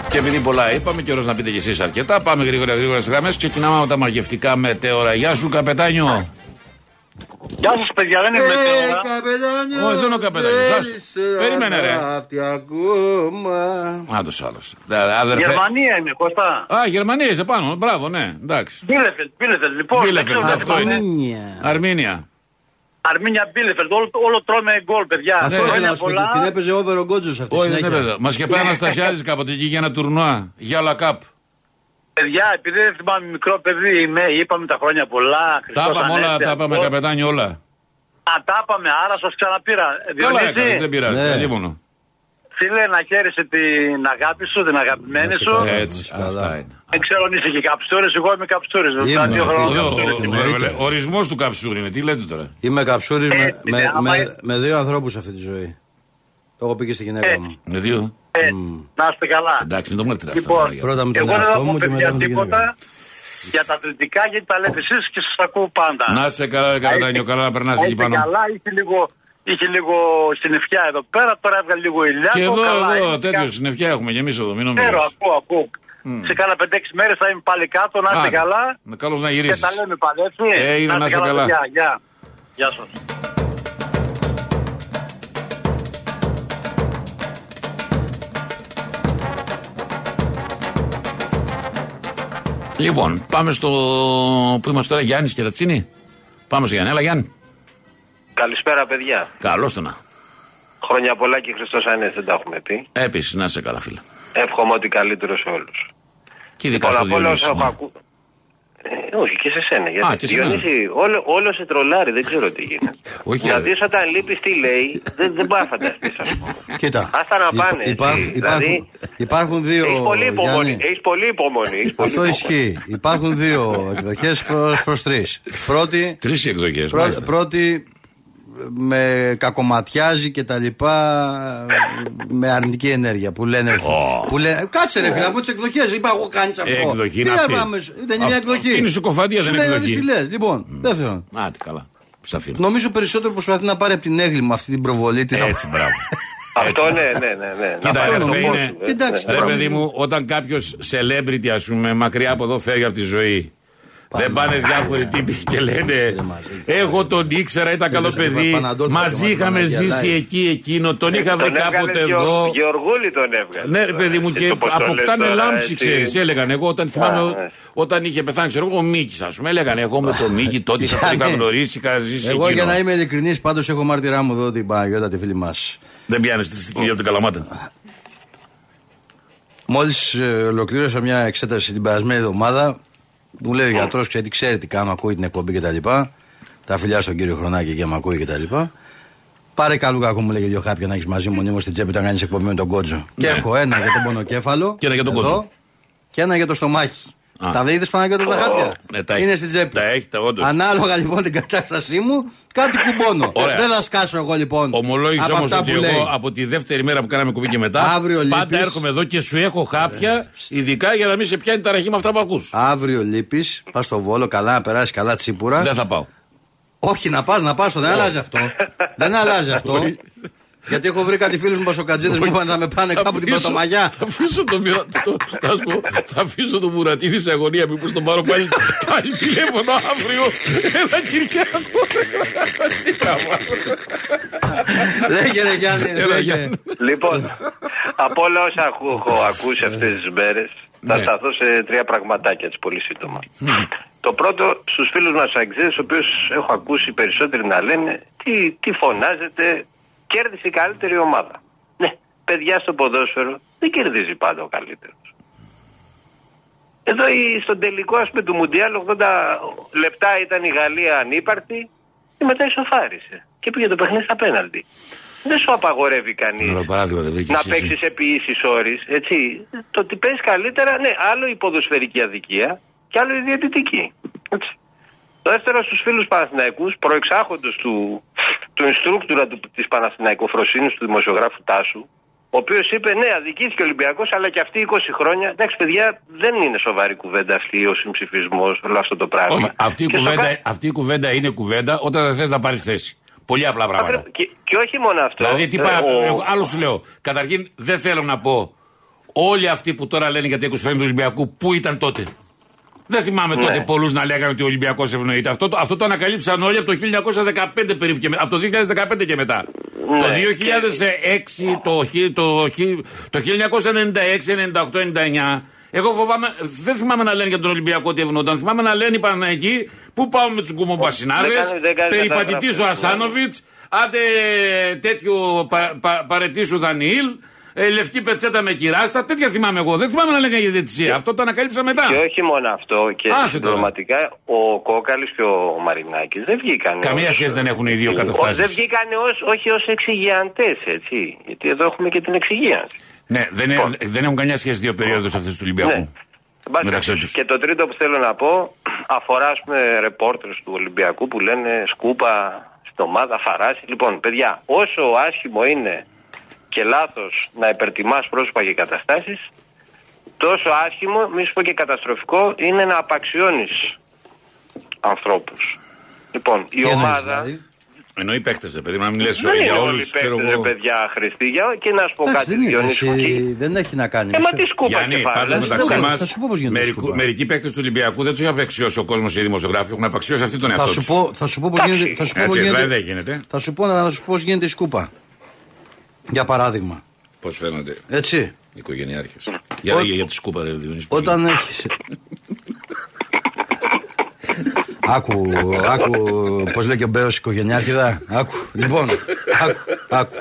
Speaker 1: Και επειδή πολλά είπαμε, καιρός να πείτε κι εσείς αρκετά. Πάμε γρήγορα γρήγορα στις γραμμές. Ξεκινάμε με τα μαγευτικά μετέωρα. Γεια σου, καπετάνιο.
Speaker 3: Γεια σας, παιδιά, δεν
Speaker 2: Ε,
Speaker 3: είμαι
Speaker 4: ε.
Speaker 3: τώρα.
Speaker 2: καπετάνιο.
Speaker 1: Όχι, δεν είναι ο καπετάνιος, άστο.
Speaker 2: θέλησε
Speaker 1: Περίμενε, ρε.
Speaker 2: αγάπη ακόμα.
Speaker 1: Άντως άλλος. Αδερφέ.
Speaker 3: Γερμανία είναι, Κώστα.
Speaker 1: Α, Γερμανία είσαι πάνω. Μπράβο, ναι, εντάξει.
Speaker 3: Μπίλεφελτ, Μπίλεφελτ, λοιπόν. δεν
Speaker 1: Μπίλεφελτ, ναι.
Speaker 3: ξέρω,
Speaker 1: αυτό
Speaker 3: δεν
Speaker 1: είναι.
Speaker 3: θυμάμαι.
Speaker 2: Αρμίνια.
Speaker 1: Αρμίνια.
Speaker 3: Αρμίνια Μπίλεφελτ, όλο, όλο τρώμε γκολ, παιδιά.
Speaker 2: Αυτό
Speaker 3: Χρόνια
Speaker 2: ήθελα να σου πω.
Speaker 3: πολλά.
Speaker 2: Την έπαιζε over ο Γκότζο αυτή η
Speaker 1: Όχι, δεν
Speaker 2: συνέχεια.
Speaker 1: έπαιζα. Μα και πέρα
Speaker 3: Ναι.
Speaker 1: Αναστασιάδης κάποτε εκεί για ένα τουρνουά. Για όλα καπ.
Speaker 3: Παιδιά, επειδή δεν θυμάμαι μικρό παιδί, είμαι, είπαμε τα χρόνια πολλά.
Speaker 1: Τα
Speaker 3: Χριστός
Speaker 1: είπαμε όλα,
Speaker 3: Ανέστη,
Speaker 1: τα είπαμε
Speaker 3: αυτό.
Speaker 1: καπετάνιο όλα.
Speaker 3: Α, τα είπαμε, άρα σας ξαναπήρα.
Speaker 1: Καλά έκανες, δεν
Speaker 3: Διονύση,
Speaker 1: πειράζει.
Speaker 2: Ναι.
Speaker 1: Αλίμονο.
Speaker 3: φίλε, να χαίρεσαι την αγάπη σου, την αγαπημένη σου.
Speaker 2: Ε,
Speaker 1: Έτσι,
Speaker 2: καλά.
Speaker 1: αυτά είναι.
Speaker 3: Δεν ξέρω αν είσαι και καψούρη, εγώ είμαι καψούρη.
Speaker 2: Είμαι,
Speaker 3: Δηλαδή, δύο
Speaker 2: ε,
Speaker 3: χρόνια
Speaker 2: ε,
Speaker 3: καψούρης
Speaker 2: ε,
Speaker 3: είμαι.
Speaker 2: ε,
Speaker 1: Ορισμός του καψούρ είναι, τι λέτε τώρα.
Speaker 2: Είμαι καψούρης με,
Speaker 3: Ε,
Speaker 2: με,
Speaker 3: άμα
Speaker 2: με,
Speaker 3: ε-
Speaker 2: με δύο ανθρώπους αυτή τη ζωή. Το έχω πει και στη γυναίκα
Speaker 3: Ε.
Speaker 2: μου.
Speaker 1: Με δύο.
Speaker 3: Ε, Να είστε καλά.
Speaker 1: Εντάξει, μην το μαρτυρά.
Speaker 3: Λοιπόν,
Speaker 2: Πρώτα με τον
Speaker 3: εγώ δεν
Speaker 2: εαυτό
Speaker 3: θα πω,
Speaker 2: μου και
Speaker 3: παιδιά,
Speaker 2: μετά με την γυναίκα.
Speaker 3: τίποτα για τα αθλητικά γιατί τα λέτε εσείς και σας ακούω πάντα.
Speaker 1: Να σε καλά, ρε καπετάνιο, καλά να περνάς
Speaker 3: Να
Speaker 1: εκεί
Speaker 3: είστε
Speaker 1: πάνω.
Speaker 3: καλά, είχε λίγο, είχε λίγο συννεφιά εδώ πέρα, τώρα έβγαλε λίγο ηλιά.
Speaker 1: Και εδώ,
Speaker 3: καλά,
Speaker 1: εδώ,
Speaker 3: είναι.
Speaker 1: τέτοιο συννεφιά έχουμε και εμείς εδώ, μην
Speaker 3: Ξέρω,
Speaker 1: νομίζεις.
Speaker 3: ακούω, ακούω. Σε κάνα 5-6 μέρες θα είμαι πάλι κάτω, να είστε
Speaker 1: Άρα,
Speaker 3: καλά.
Speaker 1: να- Καλώς να
Speaker 3: Και
Speaker 1: γυρίσεις.
Speaker 3: τα λέμε πάλι, έτσι.
Speaker 1: Έγινε, να είστε καλά.
Speaker 3: παιδιά, Γεια, γεια σας.
Speaker 1: Λοιπόν, πάμε στο. Πού είμαστε τώρα, Γιάννης Κερατσίνη. Πάμε στο Γιάννη. Έλα, Γιάννη.
Speaker 5: Καλησπέρα, παιδιά.
Speaker 1: Καλώς το να.
Speaker 5: Χρόνια πολλά και Χριστός Ανέστη δεν τα έχουμε πει.
Speaker 1: Επίση, να είσαι καλά, φίλε.
Speaker 5: Εύχομαι ότι καλύτερος σε όλους.
Speaker 1: Και ειδικά
Speaker 5: Πολλά
Speaker 1: στο
Speaker 5: πολλά
Speaker 1: Διονύση.
Speaker 5: όσα έχω
Speaker 1: μα.
Speaker 5: ακού... Ε, όχι, και σε σένα. Γιατί
Speaker 1: Α, και σε
Speaker 5: Διονύση, όλο, όλο σε τρολάρει, δεν ξέρω τι γίνεται.
Speaker 1: Όχι, ε.
Speaker 5: δηλαδή, όταν λείπεις, τι λέει, δεν, δεν πάει να φανταστείς, ας πούμε.
Speaker 2: Κοίτα.
Speaker 5: Άστα να πάνε,
Speaker 2: υπά- υπάρχουν,
Speaker 5: εσύ, δηλαδή.
Speaker 2: υπάρχουν δύο.
Speaker 5: Έχεις πολύ υπομονή.
Speaker 2: Γιάννη.
Speaker 5: Έχεις πολύ υπομονή. έχεις πολύ
Speaker 2: Αυτό
Speaker 5: υπομονή.
Speaker 2: ισχύει. Υπάρχουν δύο εκδοχές προς τρεις. Πρώτη,
Speaker 1: Τρεις εκδοχές.
Speaker 2: πρω- πρώτη με κακοματιάζει και τα λοιπά με αρνητική ενέργεια που λένε.
Speaker 1: Ω. Ε,
Speaker 2: Που λένε κάτσε ρε φίλε, από τι εκδοχές. Είπα εγώ κάνει αυτό.
Speaker 1: Εκδοχή είναι
Speaker 2: Τι να
Speaker 1: αυτή.
Speaker 2: πάμε, σου- δεν είναι μια
Speaker 1: Αυτό-
Speaker 2: εκδοχή.
Speaker 1: αυτή είναι η συκοφαντία,
Speaker 2: Σου
Speaker 1: δεν είναι
Speaker 2: λέει,
Speaker 1: εκδοχή.
Speaker 2: τι λες. Λοιπόν, δεύτερον,
Speaker 1: Άτι, καλά. Στα φίλε.
Speaker 2: νομίζω περισσότερο προσπαθεί να πάρει από την έγκλημα αυτή την προβολή. Την
Speaker 1: Έτσι, μπράβο.
Speaker 5: Αυτό ναι, ναι, ναι. ναι. Να
Speaker 1: Κοίτα,
Speaker 5: πάει
Speaker 1: ρε,
Speaker 5: να το
Speaker 1: αυτό
Speaker 5: πω
Speaker 1: είναι-
Speaker 5: του, ε.
Speaker 2: Τι εντάξει,
Speaker 5: Ναι.
Speaker 1: Ρε
Speaker 2: Μπράβο.
Speaker 1: παιδί μου, όταν κάποιος celebrity, ας πούμε, μακριά από εδώ φεύγει από τη ζωή. Δεν πάνε διάφοροι τύποι και λένε Εγώ τον ήξερα, ήταν καλό
Speaker 2: Είδες ότι
Speaker 1: παιδί.
Speaker 2: Παναδόλφα και
Speaker 1: Μαζί είχαμε
Speaker 2: Παναγία,
Speaker 1: ζήσει
Speaker 2: λέει.
Speaker 1: εκεί, εκείνο. Τον είχα βρει
Speaker 5: Ε, Τον έβγαλε
Speaker 1: κάποτε
Speaker 5: Γεω-
Speaker 1: εδώ.
Speaker 5: Γεωργούλη τον έβγαλε.
Speaker 1: Ναι, ρε παιδί μου,
Speaker 5: Ε, Εσύ
Speaker 1: και
Speaker 5: το πώς το λες
Speaker 1: αποκτάνε
Speaker 5: τώρα,
Speaker 1: λάμψη,
Speaker 5: έτσι.
Speaker 1: ξέρεις. Έλεγαν εγώ όταν θυμάμαι,
Speaker 5: Α,
Speaker 1: ο-
Speaker 5: ναι.
Speaker 1: όταν είχε πεθάνει, ξέρω εγώ, ο Μίκης, ας πούμε. Έλεγαν εγώ με τον Μίκη τότε είχα τον είχα
Speaker 2: Γιάννη.
Speaker 1: γνωρίσει, είχα ζήσει.
Speaker 2: Εγώ για
Speaker 1: εκείνο.
Speaker 2: να είμαι ειλικρινής, πάντως έχω μάρτυρά μου εδώ την Παναγιώτα, τη φίλη μας.
Speaker 1: Δεν πιάνει τη στιγμή από την Καλαμάτα.
Speaker 2: Μόλις ολοκλήρωσα ε, μια εξέταση την περασμένη εβδομάδα, μου λέει ο γιατρός, ξέρει, ξέρει τι κάνω, ακούει την εκπομπή κτλ. Τα, λοιπά. τα φιλιά στον κύριο Χρονάκη και με ακούει κτλ. Πάρε καλού κακού μου λέγε δύο χάπια να έχεις μαζί μου νήμο στην τσέπη όταν κάνεις εκπομπή με τον κότζο. Και έχω ένα για τον πονοκέφαλο.
Speaker 1: Ναι. Και ένα για τον
Speaker 2: εδώ,
Speaker 1: κότζο.
Speaker 2: Και ένα για το στομάχι.
Speaker 1: Α.
Speaker 2: Τα βρήκε Παναγιώτα τα χάπια.
Speaker 1: Ναι, τα έχει.
Speaker 2: Είναι στην τσέπη.
Speaker 1: Τα έχει, τα όντως.
Speaker 2: Ανάλογα λοιπόν την κατάστασή μου, κάτι κουμπώνω.
Speaker 1: Ωραία.
Speaker 2: Δεν θα σκάσω εγώ λοιπόν.
Speaker 1: Ομολόγησες
Speaker 2: από
Speaker 1: όμως
Speaker 2: αυτά
Speaker 1: ότι
Speaker 2: που λέει.
Speaker 1: εγώ από τη δεύτερη μέρα που κάναμε κουβί και μετά,
Speaker 2: Αύριο Ε, λείπεις.
Speaker 1: πάντα έρχομαι εδώ και σου έχω χάπια, ειδικά για να μην σε πιάνει ταραχή με αυτά που ακούς.
Speaker 2: Αύριο λείπεις, πας στο βόλο, καλά να περάσεις καλά τσίπουρα.
Speaker 1: Δεν θα πάω.
Speaker 2: Όχι, να πας, να πας, δεν αλλάζει αυτό. δεν αλλάζει αυτό. Γιατί έχω βρει κάτι φίλους μου πασοκατζίδε μου είπαν να με πάνε κάπου την Πρωτομαγιά.
Speaker 1: Θα αφήσω τον Μυρα- το- θα σου πω, θα αφήσω τον Μουρατίδη σε αγωνία. Μήπως τον πάρω πάλι, πάλι τηλέφωνο αύριο. Ένα Κυριακό. Τι τραβάω.
Speaker 2: λέγε ρε Γιάννη,
Speaker 1: Έλα,
Speaker 2: λέγε.
Speaker 1: Γιάννη.
Speaker 5: Λοιπόν, από όλα όσα ακού- έχω ακούσει αυτές τις μέρες, θα
Speaker 1: Ναι.
Speaker 5: σταθώ σε τρία πραγματάκια έτσι πολύ σύντομα. Το πρώτο, στους φίλους μας Αγγλίδε, του οποίους έχω ακούσει περισσότεροι να λένε τι, τι φωνάζετε, Κέρδισε η καλύτερη ομάδα. Ναι, παιδιά στο ποδόσφαιρο δεν κερδίζει πάντα ο καλύτερος. Εδώ η- στον τελικό ας πούμε του Μουντιάλ 80 λεπτά ήταν η Γαλλία ανύπαρτη και μετά ισοφάρισε και πήγε το παιχνίδι στα πέναλτι. Δεν σου απαγορεύει κανείς
Speaker 1: Ένα παράδειγμα δεν βρήκε.
Speaker 5: να παίξεις επί ίσης όρης, έτσι. Το ότι παίζεις καλύτερα, ναι, άλλο η ποδοσφαιρική αδικία και άλλο η διαιτητική. Έτσι. Δεύτερο στους φίλους Παναθηναϊκούς, προεξάρχοντος του, του instructor του, της Παναθηναϊκοφροσύνης, του δημοσιογράφου Τάσου, ο οποίος είπε ναι, αδικήθηκε ο Ολυμπιακός, αλλά και αυτοί 20 χρόνια. Εντάξει, παιδιά, δεν είναι σοβαρή κουβέντα αυτή ο συμψηφισμός, όλο αυτό το πράγμα.
Speaker 1: Όχι, αυτή η,
Speaker 5: Και στο
Speaker 1: κουβέντα,
Speaker 5: κα-
Speaker 1: αυτή η κουβέντα είναι κουβέντα όταν δεν θες να πάρεις θέση. Πολύ απλά πράγματα.
Speaker 5: Και, και όχι μόνο αυτό.
Speaker 1: Δηλαδή, τι
Speaker 5: ε,
Speaker 1: πάρα...
Speaker 5: ο-
Speaker 1: εγώ άλλο σου λέω. Καταρχήν, δεν θέλω να πω όλοι αυτοί που τώρα λένε για τα 20 χρόνια του Ολυμπιακού, πού ήταν τότε. Δεν θυμάμαι τότε
Speaker 5: Ναι.
Speaker 1: πολλούς να λέγανε ότι ο Ολυμπιακός ευνοείται. Αυτό, το- αυτό το ανακαλύψαν όλοι από το 1915 περίπου και με- από το 2015 και μετά.
Speaker 5: Ναι.
Speaker 1: Το 2006, το, χι- το, χι- το 1996, 98, 99. Εγώ φοβάμαι, δεν θυμάμαι να λένε για τον Ολυμπιακό ότι ευνοούνταν. Θυμάμαι να λένε οι Παναγικοί πού πάμε με τους γκουμπομπασινάδε,
Speaker 5: Δεν κάνει- δεν κάνει
Speaker 1: περιπατητής ο
Speaker 5: καταγραφή.
Speaker 1: Ασάνοβιτ, άντε τέτοιο πα, πα, παρετήσου Δανιήλ, ε, λευκή πετσέτα με κυράστα. Τέτοια θυμάμαι εγώ. Δεν θυμάμαι να λένε για διαιτησία. Αυτό το ανακάλυψα μετά.
Speaker 5: Ε, Και όχι μόνο αυτό, και
Speaker 1: Άσε τώρα.
Speaker 5: συμπληρωματικά ο Κόκαλης και ο Μαρινάκης δεν βγήκαν.
Speaker 1: Καμία
Speaker 5: ως-
Speaker 1: σχέση δεν έχουν οι δύο
Speaker 5: Ο- Δεν
Speaker 1: καταστάσει.
Speaker 5: βγήκαν ως, όχι ως εξηγιαντές, έτσι. Γιατί εδώ έχουμε και την εξηγίανση.
Speaker 1: Ναι, δεν, ε-
Speaker 5: Λοιπόν.
Speaker 1: δεν έχουν καμιά σχέση δύο περίοδους αυτές του Ολυμπιακού.
Speaker 5: Ναι. Εν πάση
Speaker 1: Ναι. Μεταξύ
Speaker 5: περιπτώσει.
Speaker 1: τους.
Speaker 5: Και το τρίτο που θέλω να πω αφορά, ας πούμε, ρεπόρτερς του Ολυμπιακού που λένε σκούπα στην ομάδα, φαράση. Λοιπόν, παιδιά, όσο άσχημο είναι και λάθος να υπερτιμάς πρόσωπα και καταστάσεις, τόσο άσχημο, μη σου πω και καταστροφικό, είναι να απαξιώνεις ανθρώπους. Λοιπόν, η
Speaker 2: Τι εννοείς,
Speaker 5: ομάδα...
Speaker 2: δηλαδή?
Speaker 1: Ενώ οι παίχτε, παιδί, μου, να μιλέ
Speaker 5: Δεν
Speaker 1: ε,
Speaker 5: είναι
Speaker 1: για όλου.
Speaker 5: όλοι παίκτες, ρε παιδιά, Χριστί, για- και να σου πω
Speaker 2: Εντάξει,
Speaker 5: κάτι,
Speaker 2: δεν, είναι,
Speaker 5: Διονύσης, εκεί.
Speaker 2: εσύ, δεν έχει να κάνει.
Speaker 5: Ε, μα
Speaker 2: μισό.
Speaker 5: τι σκούπα
Speaker 1: Γιάννη,
Speaker 5: κεφάλαιο.
Speaker 1: πάντω μεταξύ
Speaker 2: Ναι,
Speaker 1: μας,
Speaker 2: θα σου πω πώς γίνεται σκούπα.
Speaker 1: μερικοί παίχτε του Ολυμπιακού δεν τους έχουν απαξιώσει ο κόσμος ή οι δημοσιογράφοι, έχουν απαξιώσει αυτοί τον
Speaker 2: θα
Speaker 1: εαυτό
Speaker 2: σου
Speaker 1: τους.
Speaker 2: πω, θα σου πω πώς γίνεται, θα σου πω πώς
Speaker 1: Έτσι, δηλαδή
Speaker 2: γίνεται,
Speaker 1: δεν γίνεται.
Speaker 2: θα σου πω, να σου πω πώς γίνεται η σκούπα. Για παράδειγμα.
Speaker 1: Πώς φαίνονται
Speaker 2: Έτσι.
Speaker 1: οι οικογενειάρχες.
Speaker 5: Ναι.
Speaker 1: Για,
Speaker 2: Ό-
Speaker 1: για, για τη σκούπα, ρε Διονύση. πώς
Speaker 2: Όταν έχεις... άκου, άκου, πώς λέει και ο Μπέος οικογενειάρχηδα, άκου, λοιπόν, άκου, άκου,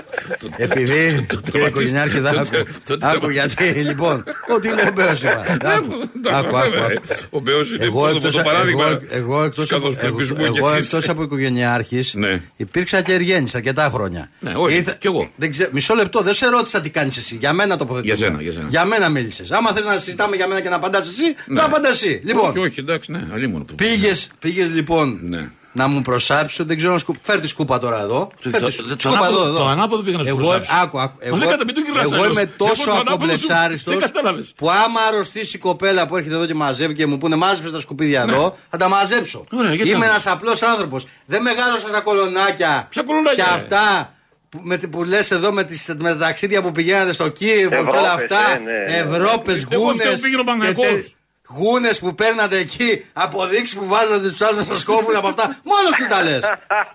Speaker 2: επειδή, κύριε οικογενειάρχηδα,
Speaker 1: το-
Speaker 2: άκου,
Speaker 1: το- το-
Speaker 2: άκου, γιατί, λοιπόν, ό,τι λέει ο Μπέος είπα, άκου,
Speaker 1: Το-
Speaker 2: άκου, άκου,
Speaker 1: βέβαια,
Speaker 2: άκου.
Speaker 1: Ο Μπέος είναι
Speaker 2: Εγώ
Speaker 1: εγώ
Speaker 2: εκτός,
Speaker 1: το παράδειγμα.
Speaker 2: εγώ, εγώ εκτός,
Speaker 1: του
Speaker 2: από,
Speaker 1: καθοσπρεπισμού
Speaker 2: εγώ-
Speaker 1: και
Speaker 2: εγώ
Speaker 1: της-
Speaker 2: εκτός από οικογενειάρχης
Speaker 1: Ναι.
Speaker 2: υπήρξα και εργένης αρκετά χρόνια.
Speaker 1: Ναι, όχι, κι εγώ.
Speaker 2: Δεν ξέ- μισό λεπτό, δεν σε ρώτησα τι κάνεις εσύ. Για μένα τοποθετήκα.
Speaker 1: Για σένα, για σένα.
Speaker 2: μένα μίλησες. Άμα θες να συζητάμε για μένα και να απαντάς εσύ,
Speaker 1: Ναι.
Speaker 2: θα απαντάς εσύ. Λοιπόν,
Speaker 1: Όχι, όχι, εντάξει, ναι, αλλήμον.
Speaker 2: πήγες, πήγες λοιπόν
Speaker 1: Ναι.
Speaker 2: να μου προσάψεις, δεν ξέρω να σκου... Φέρ τη σκούπα τώρα εδώ.
Speaker 1: Το-
Speaker 2: Φέρ τη
Speaker 1: το-
Speaker 2: σκούπα
Speaker 1: το- το ανάποδο-
Speaker 2: εδώ.
Speaker 1: το ανάποδο πήγα να σου
Speaker 2: εγώ,
Speaker 1: προσάψω.
Speaker 2: άκου, άκου,
Speaker 1: Μα δεν κατα- μην το γυρνάς
Speaker 2: εγώ
Speaker 1: άλλος.
Speaker 2: είμαι
Speaker 1: Εγώ
Speaker 2: τόσο
Speaker 1: το ανάποδο σου-
Speaker 2: ακομπλεξάριστος
Speaker 1: δεν κατάλαβες.
Speaker 2: που άμα αρρωστήσει η κοπέλα που έρχεται εδώ και μαζεύει και μου πούνε μάζεψε τα σκουπίδια εδώ, θα τα μαζέψω.
Speaker 1: Ναι. Ωραία, γιατί
Speaker 2: Είμαι
Speaker 1: να-
Speaker 2: ένας απλός άνθρωπος. Δεν μεγάλωσα στα κολονάκια.
Speaker 1: Ποια κολονάκια,
Speaker 2: Και
Speaker 1: ρε?
Speaker 2: αυτά που, με, τη- που λες εδώ με, τις, με τα ταξίδια που πηγαίνατε στο Κίεβο και όλα
Speaker 5: Ευρώπες,
Speaker 2: αυτά.
Speaker 5: ε, ναι, ναι.
Speaker 2: Ευρώπες,
Speaker 1: Εγώ
Speaker 2: γούνες
Speaker 1: φταίω που πήγαινε ο
Speaker 2: και
Speaker 1: Παναθηναϊκός.
Speaker 2: τέ- γούνες που παίρνατε εκεί, αποδείξεις που βάζατε τους άλλους να σκόβουν από αυτά. Μόνος σου τα λε.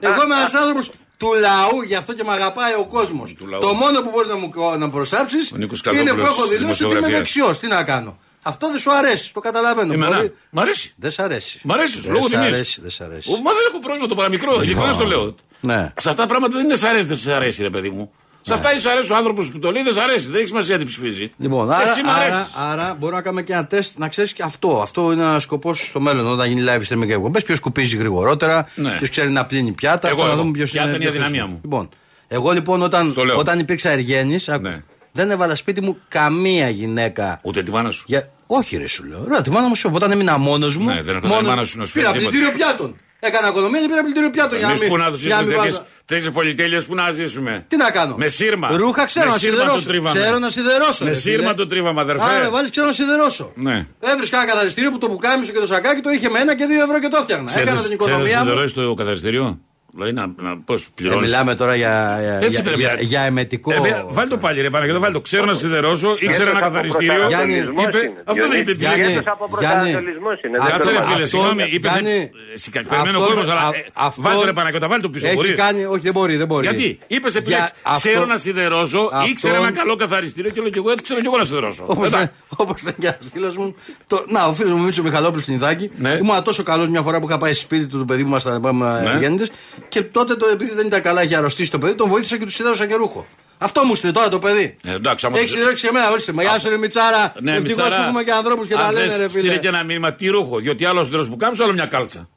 Speaker 2: Εγώ είμαι ένας άνθρωπος του λαού, γι' αυτό και με αγαπάει ο κόσμος.
Speaker 1: λαού.
Speaker 2: Το μόνο που μπορείς να μου κο- να μου προσάψεις
Speaker 1: Ο Νίκος
Speaker 2: είναι που
Speaker 1: Καλόπουλος
Speaker 2: έχω
Speaker 1: της
Speaker 2: δηλώσει ότι είμαι
Speaker 1: δημοσιογραφίας.
Speaker 2: δεξιός. Τι να κάνω. Αυτό δεν σου αρέσει, το καταλαβαίνω.
Speaker 1: Εμένα.
Speaker 2: Μπορεί-
Speaker 1: Μ' αρέσει.
Speaker 2: Δεν σ' αρέσει.
Speaker 1: ναι. Μ' αρέσει,
Speaker 2: Δεν
Speaker 1: λόγω
Speaker 2: σ'
Speaker 1: τιμής.
Speaker 2: αρέσει, δεν σ' αρέσει. Λοιπόν.
Speaker 1: Ο, Μα δεν έχω πρόβλημα το παραμικρό. Ειλικρινά το λέω.
Speaker 2: Ναι.
Speaker 1: Σε αυτά τα πράγματα δεν είναι σ' αρέσει, δεν σ' αρέσει, ρε παιδί μου. Σε αυτά ή σ' αρέσει ο άνθρωπος που το λέει, δεν σ' αρέσει. Δεν έχει σημασία τι ψηφίζει.
Speaker 2: Λοιπόν,
Speaker 1: Εσύ
Speaker 2: άρα,
Speaker 1: μ'
Speaker 2: άρα,
Speaker 1: αρέσεις.
Speaker 2: άρα μπορούμε να κάνουμε και ένα τεστ να ξέρεις και αυτό. Αυτό είναι ένας σκοπός στο μέλλον όταν γίνει live streaming και εκπομπές. Ποιος κουπίζει γρηγορότερα,
Speaker 1: Ναι.
Speaker 2: ποιος ξέρει να πλύνει πιάτα.
Speaker 1: Εγώ,
Speaker 2: αυτό να
Speaker 1: εγώ.
Speaker 2: δούμε ποιος
Speaker 1: Πιάτα είναι η
Speaker 2: πιο
Speaker 1: αδυναμία
Speaker 2: χρήσιμος.
Speaker 1: μου.
Speaker 2: Λοιπόν, εγώ λοιπόν όταν,
Speaker 1: Στο λέω.
Speaker 2: όταν υπήρξα εργένη,
Speaker 1: Ναι.
Speaker 2: δεν έβαλα σπίτι μου καμία γυναίκα.
Speaker 1: Ούτε τη μάνα σου.
Speaker 2: Για... Όχι, ρε σου λέω. Ρε, τη μάνα μου σου. Όταν έμεινα μόνος μου.
Speaker 1: Ναι, δεν έρχονταν η μάνα σου να σου φέρει
Speaker 2: Πήρα
Speaker 1: τίποτα.
Speaker 2: πλυντήριο πιάτων. Έκανα οικονομία και πήρα πλυντήριο πιάτων. για να
Speaker 1: Εμείς
Speaker 2: μην-
Speaker 1: που να
Speaker 2: για να μην
Speaker 1: ζήσουμε
Speaker 2: βάζω-
Speaker 1: τέτοιες πολυτέλειες που να ζήσουμε.
Speaker 2: τι να κάνω.
Speaker 1: Με σύρμα.
Speaker 2: Ρούχα ξέρω
Speaker 1: Με
Speaker 2: να
Speaker 1: σύρμα το
Speaker 2: σιδερώσω.
Speaker 1: τρίβαμε.
Speaker 2: Ξέρω να σιδερώσω.
Speaker 1: Με
Speaker 2: ρε,
Speaker 1: σύρμα
Speaker 2: φίλε.
Speaker 1: το τρίβαμε, αδερφέ.
Speaker 2: Άρα βάλεις ξέρω να σιδερώσω.
Speaker 1: Ναι.
Speaker 2: Έβρισκα ένα καθαριστήριο που το πουκάμισο και το σακάκι το είχε με ένα και δύο ευρώ και το έφτιαχνα. Έκανα την οικονομία μου.
Speaker 1: Ξέρετε το καθαριστήριο. Δηλαδή να, να πώς
Speaker 2: Ε,
Speaker 1: πληρώνει.
Speaker 2: μιλάμε τώρα για, για,
Speaker 1: Έτσι
Speaker 2: για,
Speaker 1: πρέπει
Speaker 2: για,
Speaker 1: να-
Speaker 2: για εμετικό.
Speaker 1: Ε, παιδιά, βάλ το πάλι, ρε Παναγιώτα, βάλ το. Ξέρω να σιδερώσω, ήξερα ένα
Speaker 5: Έσος από
Speaker 1: καθαριστήριο.
Speaker 5: πρωταγωνισμός
Speaker 1: είπε-
Speaker 5: είναι,
Speaker 1: Αυτό δεν
Speaker 5: Διονύση.
Speaker 1: είπε.
Speaker 2: Γιάννη,
Speaker 1: πήγε-
Speaker 5: Έσος από
Speaker 2: Γιάννη,
Speaker 5: πρωταγωνισμός είναι, δεν
Speaker 2: αυτό-
Speaker 1: Κάτσε ρε
Speaker 5: Αυτό-
Speaker 1: φίλε, συγγνώμη,
Speaker 2: αυτό-
Speaker 1: είπε.
Speaker 2: Γιάννη,
Speaker 1: Συγκαλυπημένο
Speaker 2: αυτό-
Speaker 1: κόσμος, αλλά.
Speaker 2: α- αυτό-
Speaker 1: Βάλτε ρε Παναγιώτα, βάλτε το πίσω.
Speaker 2: Έχει
Speaker 1: μπορείς.
Speaker 2: κάνει, όχι, δεν μπορεί, δεν μπορεί.
Speaker 1: Γιατί είπες σε
Speaker 2: Για
Speaker 1: επιλέξεις.
Speaker 2: αυτό-
Speaker 1: Ξέρω να σιδερώσω,
Speaker 2: αυτό-
Speaker 1: ήξερα ένα καλό καθαριστήριο και λέω και εγώ έτσι ξέρω και εγώ να σιδερώσω.
Speaker 2: Όπως
Speaker 1: Εντάξει.
Speaker 2: ήταν, όπως ήταν και ένας φίλος μου. Το, να, ο φίλος μου Μίτσο Μιχαλόπουλος στην Ιδάκη.
Speaker 1: Ναι.
Speaker 2: Ήμουν τόσο καλός μια φορά που είχα πάει σπίτι του, του παιδί μου, ήμασταν πάμε
Speaker 1: Ναι.
Speaker 2: γέννητες. Και τότε το, επειδή δεν ήταν καλά, είχε αρρωστήσει το παιδί, τον βοήθησα και τους σιδέρωσα και ρούχο. Αυτό μου στείλε τώρα το παιδί.
Speaker 1: Ε, εντάξει, άμα
Speaker 2: Έχεις
Speaker 1: τους-
Speaker 2: σιδέρωξει και εμένα, ορίστε. Μα γεια σου, ρε Μιτσάρα.
Speaker 1: Ναι,
Speaker 2: Ευτυχώς
Speaker 1: Μητσάρα,
Speaker 2: που έχουμε και ανθρώπους και τα
Speaker 1: αν
Speaker 2: λένε,
Speaker 1: θες,
Speaker 2: ρε
Speaker 1: στείλε
Speaker 2: φίλε.
Speaker 1: και ένα μήνυμα τι ρούχο. Διότι άλλο ο που κάμψε, άλλο μια κάλτσα.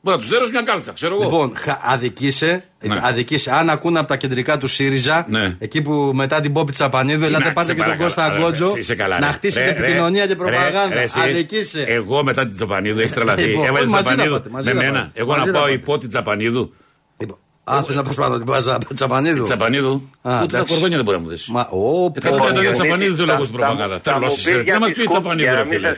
Speaker 1: Μπορεί να τους δέρω μια κάλτσα, ξέρω εγώ.
Speaker 2: Λοιπόν, χα- αδικήσε,
Speaker 1: Ναι.
Speaker 2: αδικήσε. Αν ακούνε από τα κεντρικά του ΣΥΡΙΖΑ,
Speaker 1: Ναι.
Speaker 2: εκεί που μετά την Πόπη Τσαπανίδου, ελάτε
Speaker 1: Κοιτάξτε,
Speaker 2: πάτε και τον
Speaker 1: παρακαλώ,
Speaker 2: Κώστα
Speaker 1: παρακαλώ,
Speaker 2: Αγκότζο
Speaker 1: εσύ είσαι καλά,
Speaker 2: να
Speaker 1: ρε.
Speaker 2: χτίσετε
Speaker 1: Ρε, ρε,
Speaker 2: επικοινωνία και
Speaker 1: ρε, ρε,
Speaker 2: προπαγάνδα.
Speaker 1: εσύ.
Speaker 2: Αδικήσε.
Speaker 1: Εγώ μετά την Τσαπανίδου έχεις τρελαθεί.
Speaker 2: Λοιπόν,
Speaker 1: Έβαλες
Speaker 2: όχι,
Speaker 1: την
Speaker 2: μαζί τα
Speaker 1: Τσαπανίδου
Speaker 2: πάτε, μαζί
Speaker 1: με
Speaker 2: τα
Speaker 1: μένα.
Speaker 2: πάτε.
Speaker 1: Εγώ να
Speaker 2: Μαζί τα
Speaker 1: πάω
Speaker 2: πάτε.
Speaker 1: υπό την Τσαπανίδου.
Speaker 2: Λοιπόν, Α, θες να προσπαθώ την πα- Τσαπανίδου.
Speaker 1: Την Τσαπανίδου.
Speaker 2: Α,
Speaker 1: Ούτε τα
Speaker 2: εντάξει.
Speaker 1: κορδόνια δεν μπορεί να μου δέσει.
Speaker 2: Μα, ω, πω,
Speaker 1: Ε, καλά,
Speaker 2: πω,
Speaker 1: το ίδιο
Speaker 2: πω.
Speaker 1: Τσαπανίδη δεν λέγω στην προπαγάνδα. Τρελό εσύ. Τι να μα πει η Τσαπανίδου, ρε φίλε.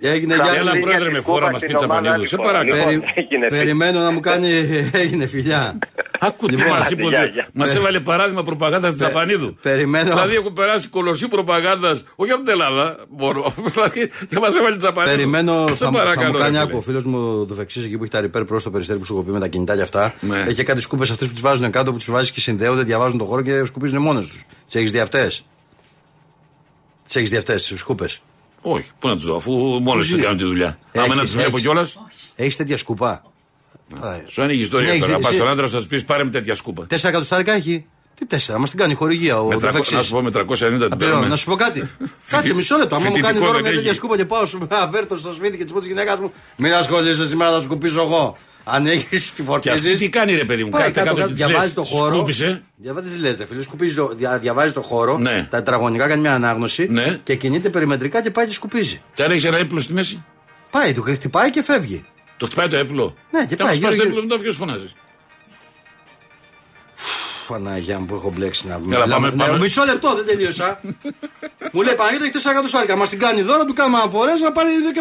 Speaker 2: Έγινε
Speaker 1: Έλα,
Speaker 2: για
Speaker 1: Έλα, πρόεδρε, με φόρα μας πει η Τσαπανίδου. Σε παρακαλώ.
Speaker 2: Περι-
Speaker 5: έγινε,
Speaker 2: Περιμένω να μου κάνει. Έγινε φιλιά.
Speaker 1: Άκου τι
Speaker 2: Λοιπόν,
Speaker 1: μας
Speaker 5: άντε,
Speaker 1: είπε.
Speaker 5: γεια, γεια.
Speaker 1: Μας έβαλε παράδειγμα προπαγάνδας της Τσαπανίδου.
Speaker 2: περιμένω.
Speaker 1: Δηλαδή, έχω περάσει κολοσσή προπαγάνδας, όχι από την Ελλάδα. Μπορώ. Δηλαδή, και μας έβαλε Τσαπανίδου.
Speaker 2: Περιμένω,
Speaker 1: Σε
Speaker 2: θα, μου- θα μου
Speaker 1: παρακαλώ,
Speaker 2: κάνει
Speaker 1: ρε
Speaker 2: άκου. Ο
Speaker 1: φίλε.
Speaker 2: φίλος μου το δεξί εκεί που έχει τα ρηπέρ προ το περιστέρι που σου έχω πει με τα κινητά και αυτά.
Speaker 1: Ναι.
Speaker 2: Έχει και κάτι σκούπες αυτές που τις βάζουν κάτω που τις βάζεις και συνδέονται, διαβάζουν το χώρο και σκουπίζουν μόνε τους. Τις έχεις δει αυτές. Τις έχεις δει αυτές, τις σκούπες.
Speaker 1: Όχι, πού να τους δω, αφού μόλι του κάνουν τη δουλειά. Άμα
Speaker 2: Έχεις,
Speaker 1: να τους βλέπω
Speaker 2: έχεις.
Speaker 1: κιόλας,
Speaker 2: Έχεις τέτοια σκούπα. Α,
Speaker 1: σου ανοίγει ιστορία
Speaker 2: έχεις
Speaker 1: τώρα.
Speaker 2: δει,
Speaker 1: Πας
Speaker 2: εσύ.
Speaker 1: στον άντρα σου να τους πεις πάρε με τέτοια σκούπα.
Speaker 2: Τέσσερα εκατοστάρικα έχει. Τι τέσσερα, μας την κάνει η χορηγία ο
Speaker 1: Με 300
Speaker 2: δεξί.
Speaker 1: να σου πω με 390 την
Speaker 2: Να πληρώνω.
Speaker 1: παίρνουμε.
Speaker 2: Να σου πω κάτι. Κάτσε μισό λεπτό. Αν μου
Speaker 1: Φοιτητικό
Speaker 2: κάνει τώρα
Speaker 1: δεν
Speaker 2: μια τέτοια
Speaker 1: έγινε.
Speaker 2: σκούπα και πάω σου- αβέρτος στο σπίτι και τη πω της γυναίκας μου, μην ασχολείσαι σήμερα, θα σκουπίσω εγώ. Αν έχεις τη
Speaker 1: Και αυτή Ε, τι
Speaker 2: φορτίζει.
Speaker 1: κάνει, ρε παιδί μου,
Speaker 2: Πάει
Speaker 1: κάτι
Speaker 2: κάτω,
Speaker 1: κάτω
Speaker 2: κάτω,
Speaker 1: και της
Speaker 2: διαβάζει
Speaker 1: λες,
Speaker 2: το χώρο.
Speaker 1: Σκούπισε.
Speaker 2: Διαβάζει τις λε, ρε φίλε. Σκουπίζει το, δια- διαβάζει το χώρο,
Speaker 1: Ναι.
Speaker 2: τα τετραγωνικά κάνει μια ανάγνωση
Speaker 1: Ναι.
Speaker 2: και κινείται περιμετρικά και πάει και σκουπίζει.
Speaker 1: Και αν έχεις ένα έπλο στη μέση,
Speaker 2: Πάει, του χτυπάει και φεύγει.
Speaker 1: το χτυπάει το έπλο.
Speaker 2: Ναι, και
Speaker 1: αν
Speaker 2: πάει
Speaker 1: σου σπάσει το
Speaker 2: γύρω-γύρω.
Speaker 1: έπλο, μετά ποιος φωνάζει.
Speaker 2: Φανάγια μου που έχω μπλέξει να
Speaker 1: Έλα, πάμε,
Speaker 2: Ναι,
Speaker 1: πάμε.
Speaker 2: Μισό λεπτό, δεν τελείωσα. μου λέει Παναγιώτα έχει 4 εκατοστάρικα. Μα την κάνει δώρο, του κάνουμε αφορέ να πάρει και